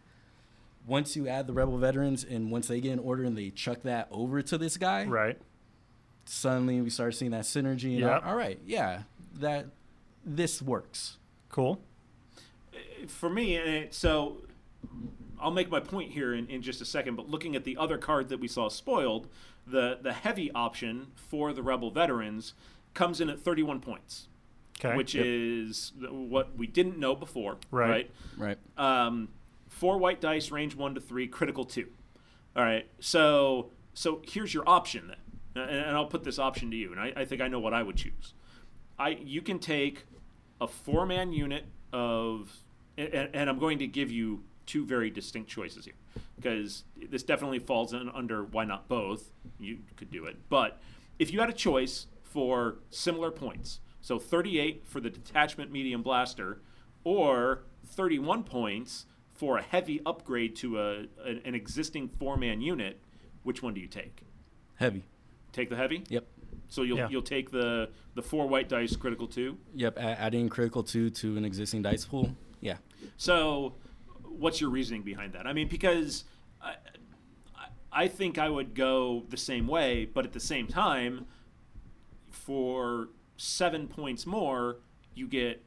Speaker 8: once you add the Rebel veterans and once they get in order and they chuck that over to this guy,
Speaker 7: right.
Speaker 8: suddenly we start seeing that synergy. And
Speaker 7: Yep.
Speaker 8: all right, yeah, that this works.
Speaker 7: Cool.
Speaker 6: For me, and it, so I'll make my point here in, in just a second, but looking at the other card that we saw spoiled, the, the heavy option for the Rebel veterans comes in at 31 points,
Speaker 7: Okay.
Speaker 6: which is th- what we didn't know before.
Speaker 7: Right.
Speaker 8: Right.
Speaker 6: um, four white dice, range one to three, critical two. All right, so so here's your option then, and, and I'll put this option to you, and I, I think I know what I would choose. I you can take a four man unit of, and, and I'm going to give you two very distinct choices here because this definitely falls in under why not both. You could do it, but if you had a choice for similar points, so 38 for the detachment medium blaster, or 31 points for a heavy upgrade to a an, an existing four man unit, which one do you take?
Speaker 8: Heavy.
Speaker 6: Take the heavy.
Speaker 8: Yep.
Speaker 6: So you'll
Speaker 7: Yeah.
Speaker 6: you'll take the the four white dice critical two.
Speaker 8: Yep. a- adding critical two to an existing dice pool. Yeah.
Speaker 6: So, what's your reasoning behind that? I mean, because I, I- I think I would go the same way, but at the same time, for seven points more, you get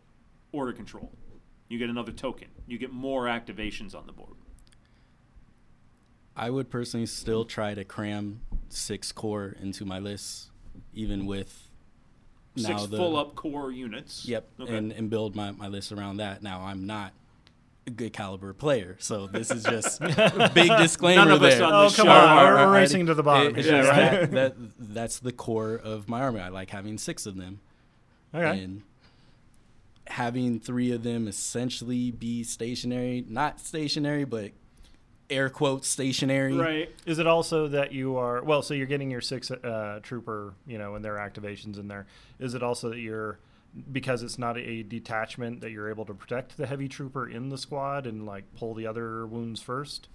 Speaker 6: order control. You get another token. You get more activations on the board.
Speaker 8: I would personally still try to cram six core into my list, even with
Speaker 6: Six
Speaker 8: now the-
Speaker 6: full up core units.
Speaker 8: Yep,
Speaker 6: Okay.
Speaker 8: and and build my, my list around that. Now I'm not a good caliber player, so this is just a big disclaimer
Speaker 6: None of us
Speaker 8: there.
Speaker 6: on
Speaker 7: Oh,
Speaker 6: this
Speaker 7: come
Speaker 6: show
Speaker 7: on.
Speaker 6: are-
Speaker 7: We're,
Speaker 8: Alrighty.
Speaker 7: we're racing to the bottom.
Speaker 8: It- it's
Speaker 7: here.
Speaker 8: just that, that- that's the core of my army. I like having six of them,
Speaker 7: Okay.
Speaker 8: and having three of them essentially be stationary, not stationary, but air quotes stationary.
Speaker 6: Right.
Speaker 7: Is it also that you are well? So you're getting your six uh, trooper, you know, and their activations in there. Is it also that you're because it's not a detachment that you're able to protect the heavy trooper in the squad and like pull the other wounds first?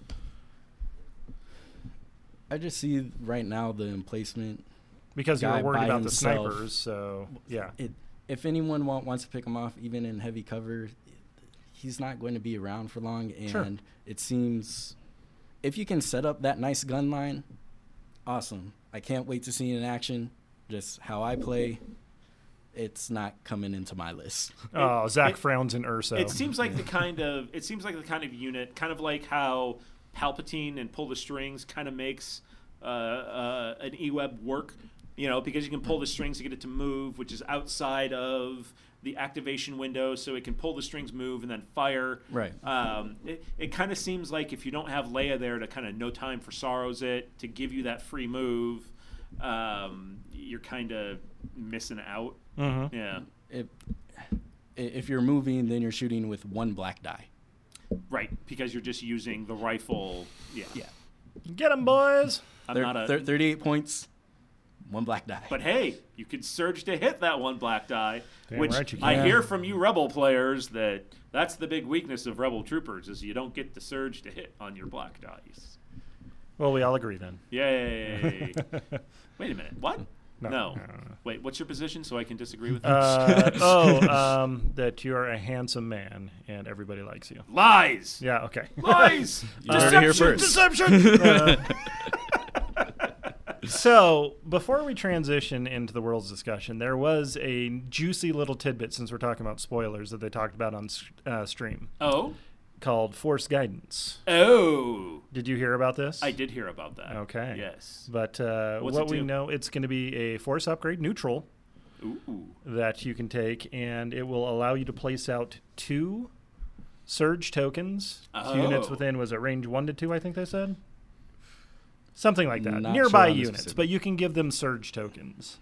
Speaker 8: I just see right now the emplacement.
Speaker 7: Because you're
Speaker 8: Guy
Speaker 7: worried
Speaker 8: by
Speaker 7: about
Speaker 8: himself.
Speaker 7: the snipers. So yeah,
Speaker 8: It, if anyone wa- wants to pick him off, even in heavy cover, he's not going to be around for long. And
Speaker 7: Sure.
Speaker 8: it seems if you can set up that nice gun line, awesome. I can't wait to see it in action. Just how I play, it's not coming into my list.
Speaker 7: oh, Zach frowns in Urso.
Speaker 6: It seems like the kind of it seems like the kind of unit, kind of like how Palpatine and pull the strings kind of makes uh, uh, an EWeb work. You know, because you can pull the strings to get it to move, which is outside of the activation window, so it can pull the strings, move, and then fire.
Speaker 8: Right.
Speaker 6: Um, it it kind of seems like if you don't have Leia there to kind of no time for sorrows it to give you that free move, um, you're kind of missing out. Yeah.
Speaker 8: If if you're moving, then you're shooting with one black die.
Speaker 6: Right, because you're just using the rifle. Yeah.
Speaker 8: Yeah,
Speaker 7: Get them, boys.
Speaker 6: I'm
Speaker 8: Thir-
Speaker 6: not a.
Speaker 8: thir- 38 points, one black die.
Speaker 6: but hey, you could surge to hit that one black die,
Speaker 7: Damn
Speaker 6: which
Speaker 7: right you
Speaker 6: I
Speaker 8: can.
Speaker 6: hear from you rebel players that that's the big weakness of rebel troopers is you don't get the surge to hit on your black dice.
Speaker 7: Well, we all agree then.
Speaker 6: Yay! Wait a minute. What? No.
Speaker 7: no,
Speaker 6: Wait. What's your position so I can disagree with you?
Speaker 7: Uh, oh, um, that you are a handsome man and everybody likes you.
Speaker 6: Lies.
Speaker 7: Yeah. Okay.
Speaker 6: Lies.
Speaker 8: heard it here
Speaker 6: Deception!
Speaker 8: first.
Speaker 7: Deception. so before we transition into the world's discussion, there was a juicy little tidbit since we're talking about spoilers that they talked about on s- uh, stream
Speaker 6: Oh.
Speaker 7: called Force Guidance.
Speaker 6: Oh.
Speaker 7: Did you hear about this?
Speaker 6: I did hear about that.
Speaker 7: Okay.
Speaker 6: Yes.
Speaker 7: But uh,
Speaker 6: What's
Speaker 7: what
Speaker 6: it
Speaker 7: we
Speaker 6: do?
Speaker 7: know, it's going to be a force upgrade neutral
Speaker 6: Ooh.
Speaker 7: that you can take, and it will allow you to place out two surge tokens to units
Speaker 6: Oh.
Speaker 7: within. Was it range one to two? I think they said something like that.
Speaker 8: Not
Speaker 7: Nearby
Speaker 8: sure on the
Speaker 7: units,
Speaker 8: specific.
Speaker 7: but you can give them surge tokens,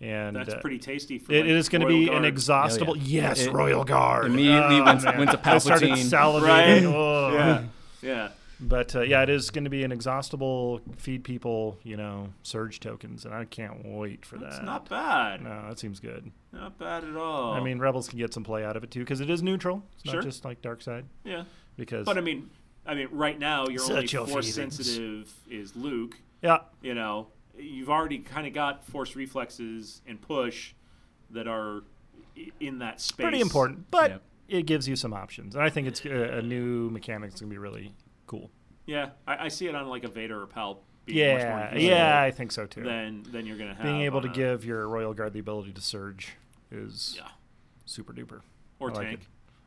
Speaker 7: and
Speaker 6: That's
Speaker 7: uh,
Speaker 6: pretty tasty. For
Speaker 7: It,
Speaker 6: like,
Speaker 7: it is going to
Speaker 6: Royal
Speaker 7: be an
Speaker 6: Guard.
Speaker 7: exhaustible.
Speaker 8: Oh, yeah.
Speaker 7: Yes,
Speaker 8: It-
Speaker 7: Royal Guard. Oh,
Speaker 8: Immediately went, to,
Speaker 7: Man,
Speaker 8: went to
Speaker 7: I started
Speaker 8: Palpatine.
Speaker 7: salivating.
Speaker 6: Right.
Speaker 7: Ugh.
Speaker 6: Yeah. Yeah.
Speaker 7: But uh, yeah, it is going to be an exhaustible feed people, you know, surge tokens, and I can't wait for
Speaker 6: It's
Speaker 7: that.
Speaker 6: not bad.
Speaker 7: no, that seems good.
Speaker 6: Not bad at all.
Speaker 7: I mean, Rebels can get some play out of it too because it is neutral. It's
Speaker 6: Oh. Sure.
Speaker 7: not just like Dark Side.
Speaker 6: yeah.
Speaker 7: Because
Speaker 6: But I mean, I mean, right now your only
Speaker 7: Such your
Speaker 6: force
Speaker 7: feelings.
Speaker 6: sensitive is Luke.
Speaker 7: yeah,
Speaker 6: You know, you've already kind of got force reflexes and push that are i- in that space.
Speaker 7: pretty important, but
Speaker 8: Yep.
Speaker 7: it gives you some options, and I think it's uh, a, a new mechanic. It's going to be really cool.
Speaker 6: Yeah, I, I see it on like a Vader or Pal. Being much more
Speaker 7: Yeah,
Speaker 6: useful
Speaker 7: yeah, I think so too.
Speaker 6: Than than you're gonna have
Speaker 7: Being able
Speaker 6: on
Speaker 7: to
Speaker 6: a-
Speaker 7: give your Royal Guard the ability to surge is
Speaker 6: yeah
Speaker 7: super duper.
Speaker 6: or
Speaker 7: I like
Speaker 6: tank,
Speaker 7: it.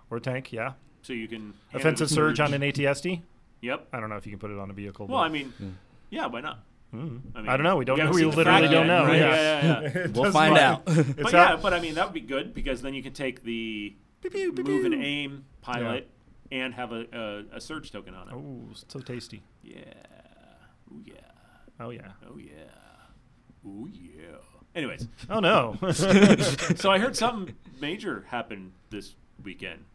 Speaker 7: Or tank, yeah.
Speaker 6: so you can hand it a
Speaker 7: Offensive surge on an ATSD.
Speaker 6: Yep.
Speaker 7: I don't know if you can put it on a vehicle.
Speaker 6: Well,
Speaker 7: but-
Speaker 6: I mean, yeah, why not? I, mean,
Speaker 7: Hmm. I don't know. We don't
Speaker 6: you
Speaker 7: know.
Speaker 6: haven't
Speaker 7: We
Speaker 6: seen the
Speaker 7: literally
Speaker 6: fact
Speaker 7: don't
Speaker 6: yet,
Speaker 7: know.
Speaker 6: right?
Speaker 7: Yeah.
Speaker 6: Yeah, yeah, yeah.
Speaker 8: We'll find out.
Speaker 7: It's
Speaker 6: but yeah,
Speaker 7: out.
Speaker 6: but I mean that would be good because then you can take the move and aim pilot and have a, a, a surge token on it.
Speaker 7: Oh, so tasty.
Speaker 6: Yeah. Oh yeah.
Speaker 7: Oh yeah.
Speaker 6: Oh yeah. Oh yeah. Anyways,
Speaker 7: Oh no.
Speaker 6: so I heard something major happen this weekend.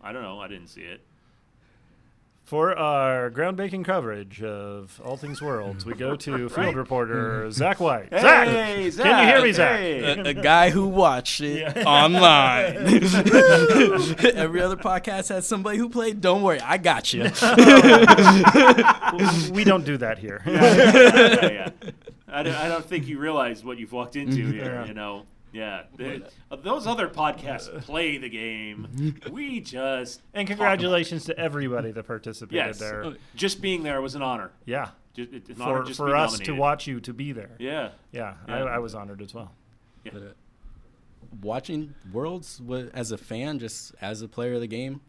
Speaker 6: I don't know. I didn't see it.
Speaker 7: For our groundbreaking coverage of All Things Worlds, we go to field
Speaker 6: Right.
Speaker 7: reporter Zach White.
Speaker 6: Hey,
Speaker 7: Zach, can you hear me,
Speaker 6: Zach?
Speaker 7: Zach?
Speaker 6: Hey.
Speaker 8: a, a guy who watched it online. Every other podcast has somebody who played. Don't worry, I got you.
Speaker 7: We don't do that here.
Speaker 6: yeah, yeah. I don't, I don't think you realize what you've walked into here,
Speaker 7: Mm-hmm. Yeah.
Speaker 6: you know. Yeah. Th- Those other podcasts play the game. We just.
Speaker 7: and congratulations to everybody that participated
Speaker 6: Yes.
Speaker 7: there.
Speaker 6: Just being there was an honor.
Speaker 7: Yeah.
Speaker 6: Just, it's an honor
Speaker 7: For,
Speaker 6: just
Speaker 7: for
Speaker 6: be
Speaker 7: us to
Speaker 6: nominated.
Speaker 7: watch you to be there.
Speaker 6: Yeah.
Speaker 7: Yeah,
Speaker 6: Yeah.
Speaker 7: I, I was honored as well.
Speaker 8: Watching Worlds wa- as a fan, just as a player of the game,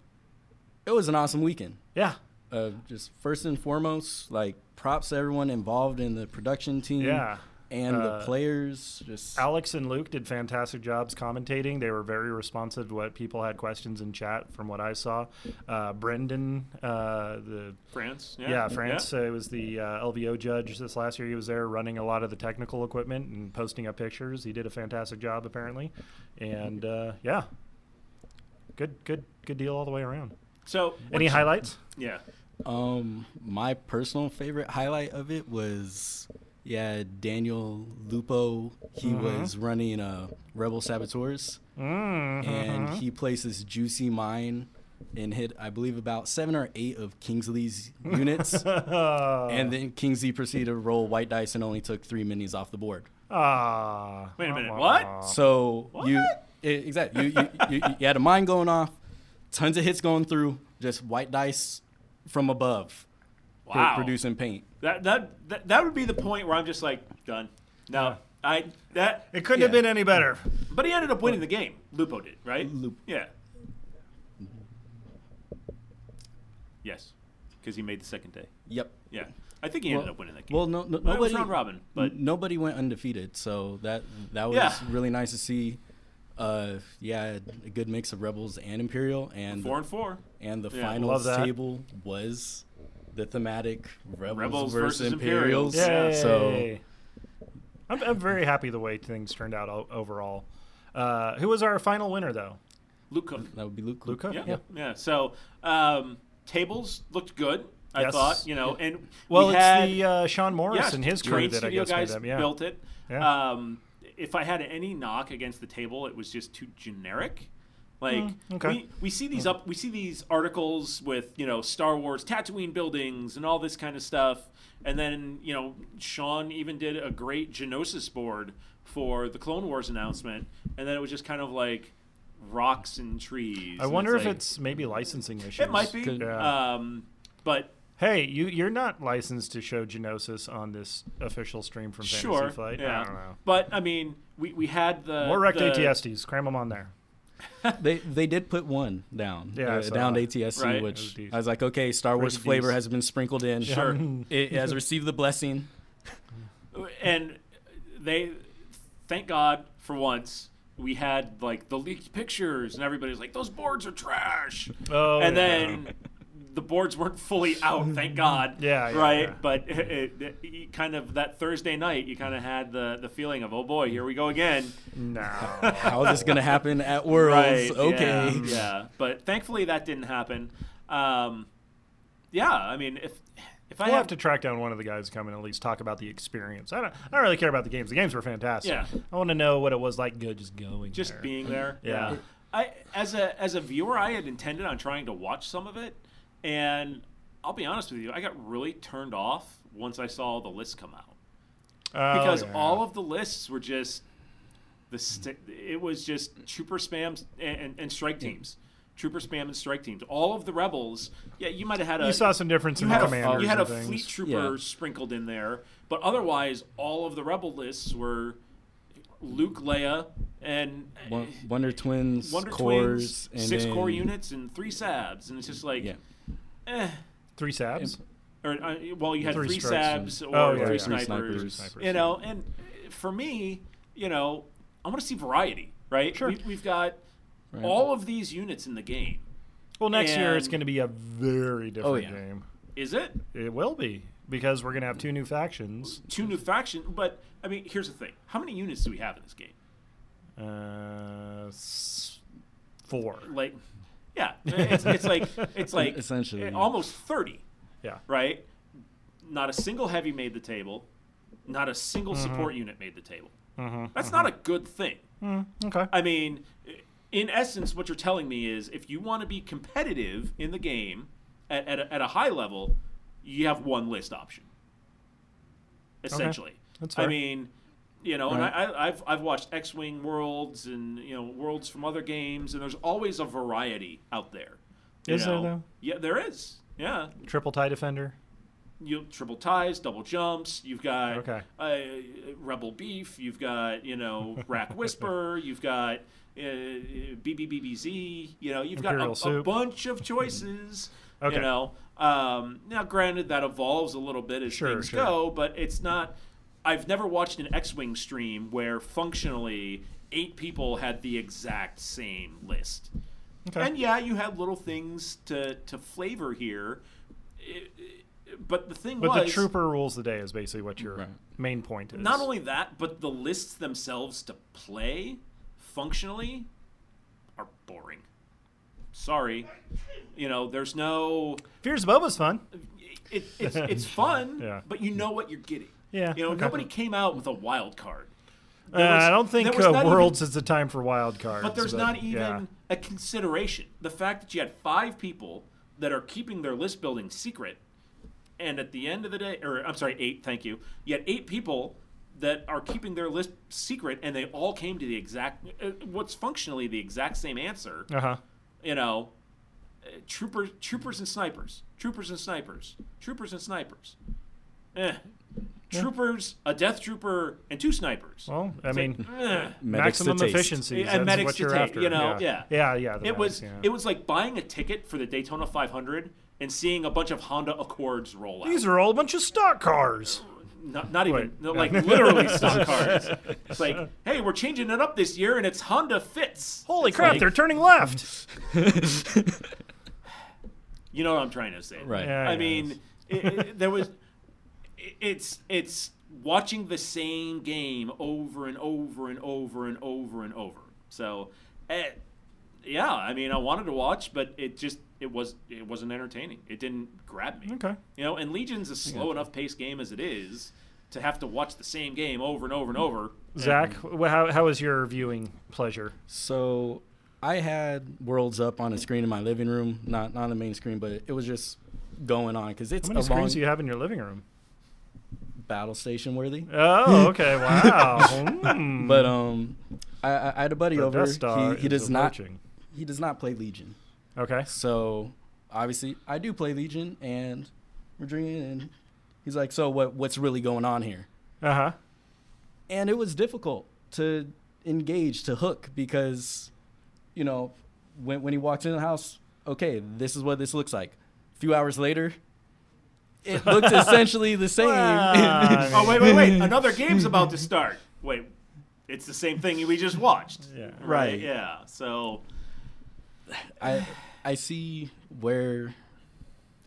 Speaker 8: it was an awesome weekend.
Speaker 7: Yeah.
Speaker 8: Uh, just first and foremost, like props to everyone involved in the production team.
Speaker 7: Yeah.
Speaker 8: And
Speaker 7: Uh,
Speaker 8: the players, just
Speaker 7: Alex and Luke did fantastic jobs commentating. They were very responsive to what people had questions in chat from what I saw. Uh, Brendan, uh, the
Speaker 6: France. Yeah,
Speaker 7: yeah, France, uh, was the uh, LVO judge this last year. He was there running a lot of the technical equipment and posting up pictures. He did a fantastic job apparently, and uh, yeah, good, good, good deal all the way around.
Speaker 6: So
Speaker 7: Any
Speaker 6: what's-
Speaker 7: highlights?
Speaker 6: Yeah.
Speaker 8: Um, my personal favorite highlight of it was, yeah, Daniel Lupo. He
Speaker 6: Mm-hmm.
Speaker 8: was running uh, Rebel Saboteurs,
Speaker 6: Mm-hmm.
Speaker 8: and he places Juicy Mine and hit, I believe, about seven or eight of Kingsley's units, and then Kingsley proceeded to roll white dice and only took three minis off the board.
Speaker 7: Ah,
Speaker 6: Wait a minute,
Speaker 7: wah,
Speaker 6: what?
Speaker 7: wah.
Speaker 8: So you i- exactly you, you, you, you had a mine going off, tons of hits going through, just white dice from above, pro-
Speaker 6: Wow.
Speaker 8: producing paint.
Speaker 6: That, that that that would be the point where I'm just like done. No, I that.
Speaker 7: It couldn't have
Speaker 8: Yeah.
Speaker 7: been any better.
Speaker 6: But he ended up winning the game. Lupo did, right?
Speaker 8: Lup-
Speaker 6: Yeah. Yes, because he made the second day.
Speaker 8: Yep.
Speaker 6: Yeah, I think he ended up winning that game.
Speaker 8: Well, no, no
Speaker 6: Well, it was
Speaker 8: nobody.
Speaker 6: round robin, but-
Speaker 8: nobody went undefeated, so that that was
Speaker 6: Yeah.
Speaker 8: really nice to see. Uh, yeah, a good mix of rebels and imperial, and
Speaker 6: four and four.
Speaker 8: and the
Speaker 6: Yeah.
Speaker 8: finals
Speaker 7: Love that.
Speaker 8: table was the thematic rebels,
Speaker 6: Rebels
Speaker 8: versus,
Speaker 6: versus
Speaker 8: imperials.
Speaker 7: Yay.
Speaker 6: Imperials.
Speaker 8: So
Speaker 7: I'm, I'm very happy the way things turned out o- overall. Uh, who was our final winner, though?
Speaker 6: Luke Cook.
Speaker 8: that would be Luke.
Speaker 7: Luca?
Speaker 6: Yeah, yeah. So um, tables looked good. I
Speaker 7: Yes.
Speaker 6: thought, you know, and
Speaker 7: Well,
Speaker 6: we
Speaker 7: it's
Speaker 6: had,
Speaker 7: the uh, Sean Morris
Speaker 6: yes,
Speaker 7: and his crew
Speaker 6: great
Speaker 7: that I
Speaker 6: studio
Speaker 7: guess made
Speaker 6: guys
Speaker 7: them. Yeah.
Speaker 6: built it.
Speaker 7: Yeah.
Speaker 6: Um, if I had any knock against the table, it was just too generic. Like
Speaker 7: Hmm, okay.
Speaker 6: we, we see these up we see these articles with you know Star Wars Tatooine buildings and all this kind of stuff, and then you know Sean even did a great Genosis board for the Clone Wars announcement, and then it was just kind of like rocks and trees.
Speaker 7: I
Speaker 6: and
Speaker 7: wonder if uh,
Speaker 6: like-
Speaker 7: it's maybe licensing issues.
Speaker 6: it might be.
Speaker 7: Yeah.
Speaker 6: Um, but
Speaker 7: hey, you you're not licensed to show Genosis on this official stream from Fantasy
Speaker 6: sure.
Speaker 7: Flight.
Speaker 6: yeah.
Speaker 7: I don't know.
Speaker 6: But I mean, we, we had the
Speaker 7: More wrecked
Speaker 6: the,
Speaker 7: ATSTs. Cram them on there.
Speaker 8: They they did put one down.
Speaker 7: Yeah, I
Speaker 8: uh,
Speaker 7: saw
Speaker 8: down
Speaker 7: that.
Speaker 8: ATSC,
Speaker 6: Right.
Speaker 7: That was
Speaker 8: which
Speaker 7: decent.
Speaker 8: I was like, okay, Star Wars
Speaker 7: Pretty
Speaker 8: flavor
Speaker 7: decent.
Speaker 8: has been sprinkled in.
Speaker 6: Sure.
Speaker 8: it has received the blessing.
Speaker 6: And they, thank God for once, we had like the leaked pictures, and everybody's like, those boards are trash.
Speaker 7: Oh,
Speaker 6: and
Speaker 7: yeah.
Speaker 6: then. The boards weren't fully out, thank God.
Speaker 7: Yeah, yeah,
Speaker 6: right.
Speaker 7: yeah.
Speaker 6: But it, it, it- kind of that Thursday night, you kind of had the the feeling of, oh boy, here we go again.
Speaker 7: No.
Speaker 8: How is this gonna happen at Worlds? okay.
Speaker 6: Yeah, yeah. But thankfully that didn't happen. Um, yeah. I mean, if if I
Speaker 7: We'll have
Speaker 6: have
Speaker 7: to track down one of the guys to come and at least talk about the experience. I don't, I don't really care about the games. The games were fantastic.
Speaker 6: Yeah.
Speaker 7: I want to know what it was like good just going.
Speaker 6: just
Speaker 7: there.
Speaker 6: being there.
Speaker 7: Yeah.
Speaker 6: I as a as a viewer, I had intended on trying to watch some of it, and I'll be honest with you, I got really turned off once I saw the list come out
Speaker 7: Oh,
Speaker 6: because
Speaker 7: yeah.
Speaker 6: all of the lists were just the st- it was just trooper spams and, and, and strike teams. Trooper spam and strike teams. All of the rebels. Yeah, you might have had a.
Speaker 7: You saw some difference
Speaker 6: you
Speaker 7: in
Speaker 6: had
Speaker 7: the
Speaker 6: a,
Speaker 7: commanders
Speaker 6: You had a
Speaker 7: and things.
Speaker 6: fleet trooper
Speaker 8: Yeah.
Speaker 6: sprinkled in there, but otherwise, all of the rebel lists were Luke, Leia, and
Speaker 8: Won- Wonder Twins,
Speaker 6: Eh, Wonder
Speaker 8: cores,
Speaker 6: Twins,
Speaker 8: and
Speaker 6: six core
Speaker 8: then-
Speaker 6: units, and three sabs, and it's just like,
Speaker 8: Yeah.
Speaker 7: Three sabs.
Speaker 6: or uh, well, you had
Speaker 7: Three
Speaker 6: three,
Speaker 7: strikes
Speaker 6: sabs
Speaker 7: and-
Speaker 6: or
Speaker 7: Oh, yeah,
Speaker 6: three,
Speaker 7: yeah. Three
Speaker 6: snipers,
Speaker 8: snipers.
Speaker 7: Snipers,
Speaker 6: you know. And for me, you know, I want to see variety, right? Sure. We, we've got all of these units in the game.
Speaker 7: Well, next year it's
Speaker 6: And- Oh,
Speaker 7: going to be a very different
Speaker 8: yeah.
Speaker 7: game.
Speaker 6: Is it
Speaker 7: It will be because we're going to have two new factions.
Speaker 6: two new faction? But I mean, here's the thing: how many units do we have in this game?
Speaker 7: Uh, s- four.
Speaker 6: Like, yeah, it's, it's like it's like
Speaker 8: Essentially, yeah.
Speaker 6: almost thirty.
Speaker 7: Yeah.
Speaker 6: right? Not a single heavy made the table. Not a single
Speaker 7: Mm-hmm.
Speaker 6: support unit made the table. That's not a good thing.
Speaker 7: Okay.
Speaker 6: I mean, in essence, what you're telling me is if you want to be competitive in the game at, at, a, at a high level, you have one list option, essentially.
Speaker 7: That's
Speaker 6: I
Speaker 7: fair.
Speaker 6: mean, you know,
Speaker 8: Right.
Speaker 6: and I, I, I've, I've watched X Wing worlds and, you know, worlds from other games, and there's always a variety out there. you
Speaker 7: Is there,
Speaker 6: know?
Speaker 7: though?
Speaker 6: Yeah, there is. Yeah
Speaker 7: Triple tie defender.
Speaker 6: you triple ties, double jumps. You've got
Speaker 7: Okay.
Speaker 6: uh, Rebel Beef. You've got you know Rack Whisper. You've got uh, BBBBZ. You know you've
Speaker 7: Imperial
Speaker 6: got a- a,
Speaker 7: Soup.
Speaker 6: bunch of choices.
Speaker 7: Okay.
Speaker 6: You know, um, now granted that evolves a little bit as
Speaker 7: Sure,
Speaker 6: things
Speaker 7: sure.
Speaker 6: go, but it's not. I've never watched an X-wing stream where functionally eight people had the exact same list.
Speaker 7: Okay.
Speaker 6: And yeah, you had little things to to flavor here, It- it- but the thing
Speaker 7: but
Speaker 6: was
Speaker 7: the trooper rules the day is basically what your main point is.
Speaker 6: not only that, but the lists themselves to play functionally are boring. Sorry. You know, there's no
Speaker 7: Fears Boba's fun.
Speaker 6: it, it's it's fun,
Speaker 7: Yeah.
Speaker 6: but you know what you're getting.
Speaker 7: Yeah,
Speaker 6: You know,
Speaker 7: okay.
Speaker 6: nobody came out with a wild card.
Speaker 7: Uh,
Speaker 6: There was-
Speaker 7: I don't think
Speaker 6: there was
Speaker 7: uh,
Speaker 6: not even-
Speaker 7: Worlds is the time for wild cards.
Speaker 6: but there's not even
Speaker 7: yeah.
Speaker 6: a consideration. The fact that you had five people that are keeping their list building secret, and at the end of the day, or I'm sorry, eight, thank you. You had eight people that are keeping their list secret, and they all came to the exact, uh, what's functionally the exact same answer.
Speaker 7: Uh-huh.
Speaker 6: You know, uh, troopers, troopers and snipers, troopers and snipers, troopers and snipers. Eh. Troopers, a death trooper, and two snipers.
Speaker 7: Well, I
Speaker 6: It's like,
Speaker 7: mean,
Speaker 6: eh.
Speaker 5: Medics to
Speaker 7: maximum
Speaker 5: taste.
Speaker 7: efficiency.
Speaker 6: Yeah, and
Speaker 7: That's
Speaker 6: medics
Speaker 7: what
Speaker 6: to
Speaker 7: you're
Speaker 6: take,
Speaker 7: after.
Speaker 6: you know,
Speaker 7: yeah,
Speaker 6: yeah.
Speaker 7: yeah. yeah, the
Speaker 6: it was
Speaker 7: medics, yeah.
Speaker 6: it was like buying a ticket for the Daytona 500 and seeing a bunch of Honda Accords roll out.
Speaker 7: These are all a bunch of stock cars.
Speaker 6: not, not even
Speaker 7: Wait.
Speaker 6: no, like literally stock cars. It's like, hey, we're changing it up this year, and it's Honda Fits.
Speaker 7: Holy crap! they're turning left.
Speaker 6: You know what I'm trying to say,
Speaker 8: Right.
Speaker 7: Yeah,
Speaker 6: I
Speaker 7: yeah,
Speaker 6: mean,
Speaker 7: it's-
Speaker 6: it, it- there was. i- It's it's watching the same game over and over and over and over and over. So, eh, yeah, I mean, I wanted to watch, but it just it was it wasn't entertaining. It didn't grab me.
Speaker 7: Okay.
Speaker 6: You know, and Legion's a slow enough paced game as it is to have to watch the same game over and over and over.
Speaker 7: Zach, wh- how how was your viewing pleasure?
Speaker 8: So I had Worlds up on a screen in my living room, not not on the main screen, but it was just going on because it's
Speaker 7: How many
Speaker 8: a long
Speaker 7: screens do you have in your living room?
Speaker 8: battle station worthy.
Speaker 7: Oh, okay. Wow. Hmm.
Speaker 8: But um, I, I I had a buddy
Speaker 7: The
Speaker 8: over.
Speaker 7: Death Star
Speaker 8: He, he
Speaker 7: is
Speaker 8: does not
Speaker 7: approaching.
Speaker 8: he does not play Legion.
Speaker 7: Okay.
Speaker 8: So obviously I do play Legion and we're drinking and he's like, so what what's really going on here?
Speaker 7: Uh huh.
Speaker 8: and it was difficult to engage to hook because you know when, when he walks in the house okay this is what this looks like a few hours later it looked essentially the same
Speaker 6: Oh wait, wait, wait! Another game's about to start. Wait, it's the same thing we just watched.
Speaker 7: Yeah.
Speaker 8: Right.
Speaker 6: Yeah. So
Speaker 8: I, I see where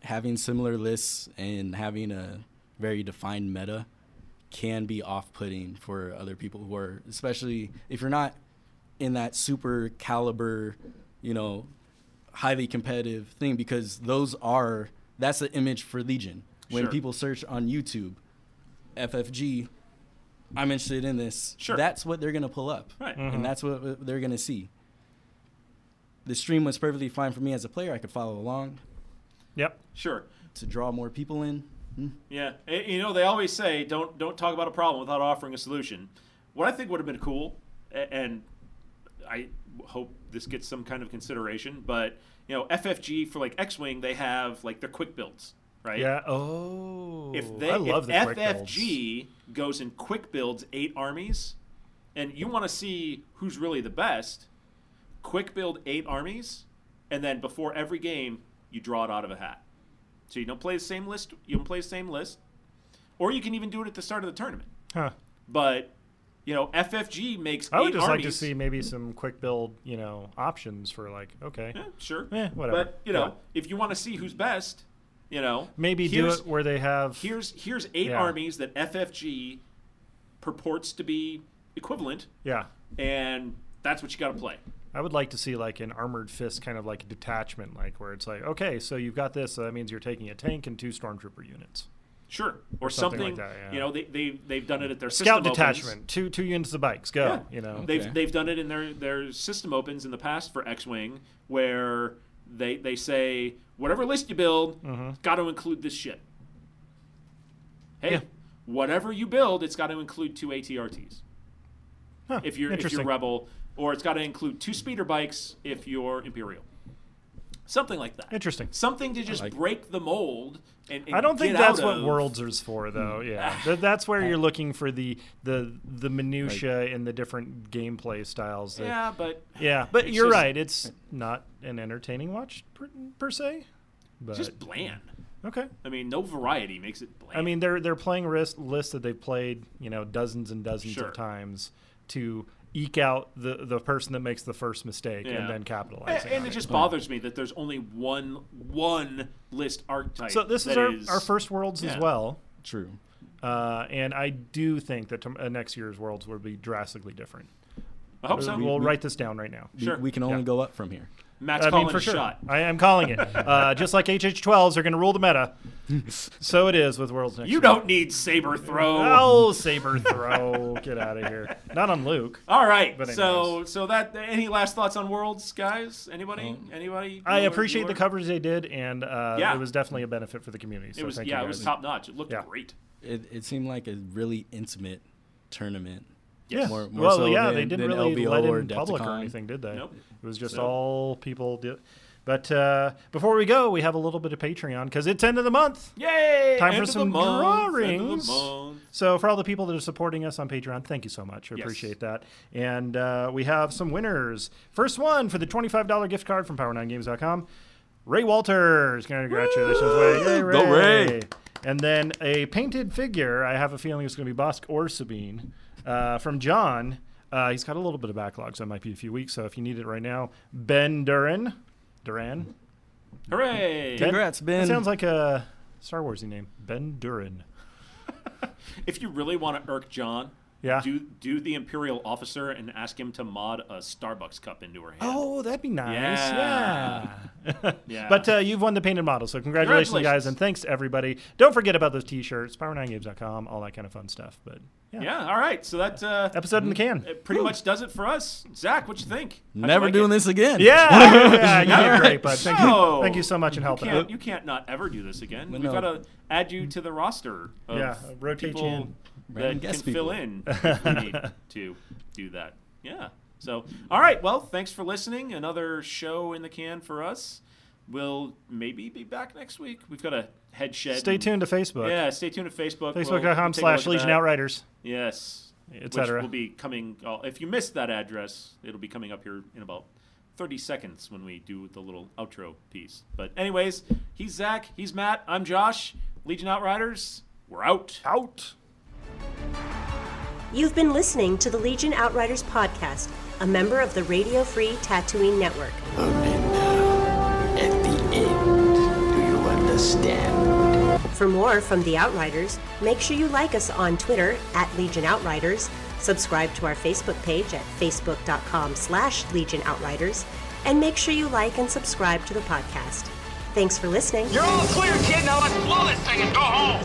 Speaker 8: having similar lists and having a very defined meta can be off-putting for other people who are especially if you're not in that super caliber you know highly competitive thing because those are that's the image for legion when
Speaker 6: Sure.
Speaker 8: people search on youtube ffg i'm interested in this
Speaker 6: Sure.
Speaker 8: that's what they're going to pull up
Speaker 6: Right.
Speaker 7: Mm-hmm.
Speaker 8: and that's what they're going to see the stream was perfectly fine for me as a player i could follow along
Speaker 7: Yep.
Speaker 6: sure.
Speaker 8: to draw more people in
Speaker 6: Yeah, Eh, you know they always say don't don't talk about a problem without offering a solution. What I think would have been cool, a- and I hope this gets some kind of consideration, but you know FFG for like X Wing, they have like their quick builds, right?
Speaker 7: Yeah. Oh.
Speaker 6: If they
Speaker 7: I love
Speaker 6: if
Speaker 7: the quick builds.
Speaker 6: FFG goes and quick builds eight armies, and you want to see who's really the best, quick build eight armies, and then before every game you draw it out of a hat. So you don't play the same list. You don't play the same list, or you can even do it at the start of the tournament.
Speaker 7: Huh.
Speaker 6: But you know, FFG makes.
Speaker 7: I would
Speaker 6: eight
Speaker 7: just like to
Speaker 6: armies.
Speaker 7: see maybe some quick build, you know, options for like, okay,
Speaker 6: Yeah, sure.
Speaker 7: Eh, whatever.
Speaker 6: But you know,
Speaker 7: Yeah.
Speaker 6: if you want to see who's best, you know,
Speaker 7: maybe do
Speaker 6: here's-
Speaker 7: it where they have
Speaker 6: here's here's eight
Speaker 7: Yeah.
Speaker 6: armies that FFG purports to be equivalent,
Speaker 7: Yeah.
Speaker 6: and that's what you got to play.
Speaker 7: I would like to see like an armored fist kind of like detachment, like where it's like, okay, so you've got this, so that means you're taking a tank and two stormtrooper units.
Speaker 6: Sure, or
Speaker 7: something
Speaker 6: something.
Speaker 7: like that, yeah.
Speaker 6: You know, they they they've done it at their
Speaker 7: Scout
Speaker 6: system opens.
Speaker 7: detachment, two two units of bikes, go.
Speaker 6: Yeah.
Speaker 7: You know.
Speaker 6: They've they've done it in their their system opens in the past for X-wing where they they say whatever list you build,
Speaker 7: Mm-hmm.
Speaker 6: got to include this shit. Hey,
Speaker 7: Yeah.
Speaker 6: whatever you build, it's got to include two ATRTs. if you're if you're
Speaker 7: interesting.
Speaker 6: rebel, or it's got to include two speeder bikes if you're imperial. Something like that.
Speaker 7: Interesting.
Speaker 6: Something to just break the mold. And, and
Speaker 7: I don't think
Speaker 6: get
Speaker 7: that's
Speaker 6: out
Speaker 7: what
Speaker 6: of- Hmm.
Speaker 7: worlds is for, though. Yeah, Th- that's where you're looking for the the the minutia and the different gameplay styles. that-
Speaker 6: Yeah, but
Speaker 7: yeah. But
Speaker 6: It's
Speaker 7: you're
Speaker 6: just-
Speaker 7: right; it's not an entertaining watch per, per se. But
Speaker 6: just bland.
Speaker 7: okay.
Speaker 6: I mean, no variety makes it bland.
Speaker 7: I mean, they're they're playing risk, lists that they've played, you know, dozens and dozens
Speaker 6: Sure.
Speaker 7: of times to eke out the the person that makes the first mistake
Speaker 6: Yeah.
Speaker 7: and then
Speaker 6: A-
Speaker 7: capitalize.
Speaker 6: and,
Speaker 7: on
Speaker 6: it just bothers me that there's only one one list archetype.
Speaker 7: So this is
Speaker 6: that
Speaker 7: our, our first Worlds
Speaker 6: yeah.
Speaker 7: as well,
Speaker 8: True.
Speaker 7: uh, and I do think that tom- uh, next year's Worlds will be drastically different.
Speaker 6: I hope so.
Speaker 7: We'll write this down right now.
Speaker 8: We-
Speaker 6: Sure.
Speaker 8: We, can only go up from here.
Speaker 6: Matt's
Speaker 7: I
Speaker 6: calling
Speaker 7: mean, for
Speaker 6: a
Speaker 7: sure.
Speaker 6: shot.
Speaker 7: I am calling it. Uh, just like HH12s are going to rule the meta, so it is with Worlds next
Speaker 6: You
Speaker 7: year.
Speaker 6: don't need saber throw.
Speaker 7: Oh, saber throw! Get out of here. Not on Luke.
Speaker 6: All right.
Speaker 7: But
Speaker 6: So so that any last thoughts on worlds, guys? Anybody? Anybody?
Speaker 7: I
Speaker 6: You or-
Speaker 7: appreciate
Speaker 6: you
Speaker 7: the
Speaker 6: or-
Speaker 7: covers they did, and uh,
Speaker 6: Yeah.
Speaker 7: it was definitely a benefit for the community. So
Speaker 6: It was
Speaker 7: thank
Speaker 6: yeah,
Speaker 7: you
Speaker 6: it was
Speaker 7: guys.
Speaker 6: top notch. It looked
Speaker 7: Yeah.
Speaker 6: great.
Speaker 8: It, it seemed like a really intimate tournament.
Speaker 7: Yeah.
Speaker 8: More- more
Speaker 7: well,
Speaker 8: so
Speaker 7: yeah,
Speaker 8: than-
Speaker 7: they didn't
Speaker 8: than
Speaker 7: really
Speaker 8: LBO
Speaker 7: let
Speaker 8: or
Speaker 7: in public or
Speaker 8: Decepticon.
Speaker 7: anything, did they?
Speaker 6: Nope.
Speaker 7: It was just
Speaker 6: So-
Speaker 7: all people did. But uh, before we go, we have a little bit of Patreon because it's end of the month.
Speaker 6: Yay!
Speaker 7: Time
Speaker 6: end
Speaker 7: for
Speaker 6: of the
Speaker 7: some
Speaker 6: month, end of the
Speaker 7: drawings.
Speaker 6: month.
Speaker 7: So for all the people that are supporting us on Patreon, thank you so much. I
Speaker 6: Yes.
Speaker 7: appreciate that. And uh, we have some winners. First one for the twenty-five dollar gift card from Power9Games.com. Ray Walters, congratulations, Ray. Yay, Ray.
Speaker 8: Go Ray.
Speaker 7: And then a painted figure. I have a feeling it's going to be Bosk or Sabine uh, from John. Uh, he's got a little bit of backlog, so it might be a few weeks. So if you need it right now, Ben Duran, Duran.
Speaker 6: Hooray!
Speaker 8: Congrats, Ben.
Speaker 7: That sounds like a Star Warsy name. Ben Duran.
Speaker 6: If you really want to irk John,
Speaker 7: Yeah.
Speaker 6: do do the imperial officer and ask him to mod a Starbucks cup into her hand.
Speaker 7: Oh, that'd be nice.
Speaker 6: Yeah.
Speaker 7: Yeah.
Speaker 6: yeah.
Speaker 7: But uh, you've won the painted model, so congratulations,
Speaker 6: Congratulations.
Speaker 7: guys, and thanks to everybody. Don't forget about those T-shirts, Power9Games.com, all that kind of fun stuff. But yeah,
Speaker 6: yeah, all right. So that uh,
Speaker 7: episode in the can.
Speaker 6: it pretty much does it for us. Zach, what you think? How'd you
Speaker 8: Never
Speaker 6: like
Speaker 8: doing
Speaker 6: it?
Speaker 8: this again.
Speaker 7: Yeah, yeah, you did
Speaker 6: Alright.
Speaker 7: great, bud. Thank you,
Speaker 6: No.
Speaker 7: thank you so much, and helping.
Speaker 6: Can't,
Speaker 7: out.
Speaker 6: you can't not ever do this again.
Speaker 8: Well,
Speaker 6: We've
Speaker 8: no.
Speaker 6: got to add you to the roster. Of
Speaker 7: Yeah, rotate you
Speaker 6: people
Speaker 7: in.
Speaker 6: that can
Speaker 8: Random guest
Speaker 6: fill
Speaker 8: people.
Speaker 6: in if we need to do that. Yeah. So, all right. Well, thanks for listening. Another show in the can for us. We'll maybe be back next week. We've got a head shed.
Speaker 7: Stay
Speaker 6: and-
Speaker 7: tuned to Facebook,
Speaker 6: Yeah, stay tuned to Facebook. We'll- we'll
Speaker 7: facebook.com
Speaker 6: take a
Speaker 7: slash
Speaker 6: look at
Speaker 7: Legion
Speaker 6: that.
Speaker 7: Outriders.
Speaker 6: Yes.
Speaker 7: Et
Speaker 6: Which
Speaker 7: cetera.
Speaker 6: will be coming. Uh, if you missed that address, it'll be coming up here in about 30 seconds when we do the little outro piece. But, anyways, he's Zach. He's Matt. I'm Josh. Legion Outriders. We're out.
Speaker 7: Out.
Speaker 1: You've been listening to the Legion Outriders podcast, a member of the Radio Free Tatooine Network.
Speaker 2: Only now, at the end, do you understand?
Speaker 1: For more from the Outriders, make sure you like us on Twitter at Legion Outriders, subscribe to our Facebook page at facebook.com slash Legion Outriders, and make sure you like and subscribe to the podcast. Thanks for listening.
Speaker 5: You're all clear, kid. Now let's blow this thing and go home.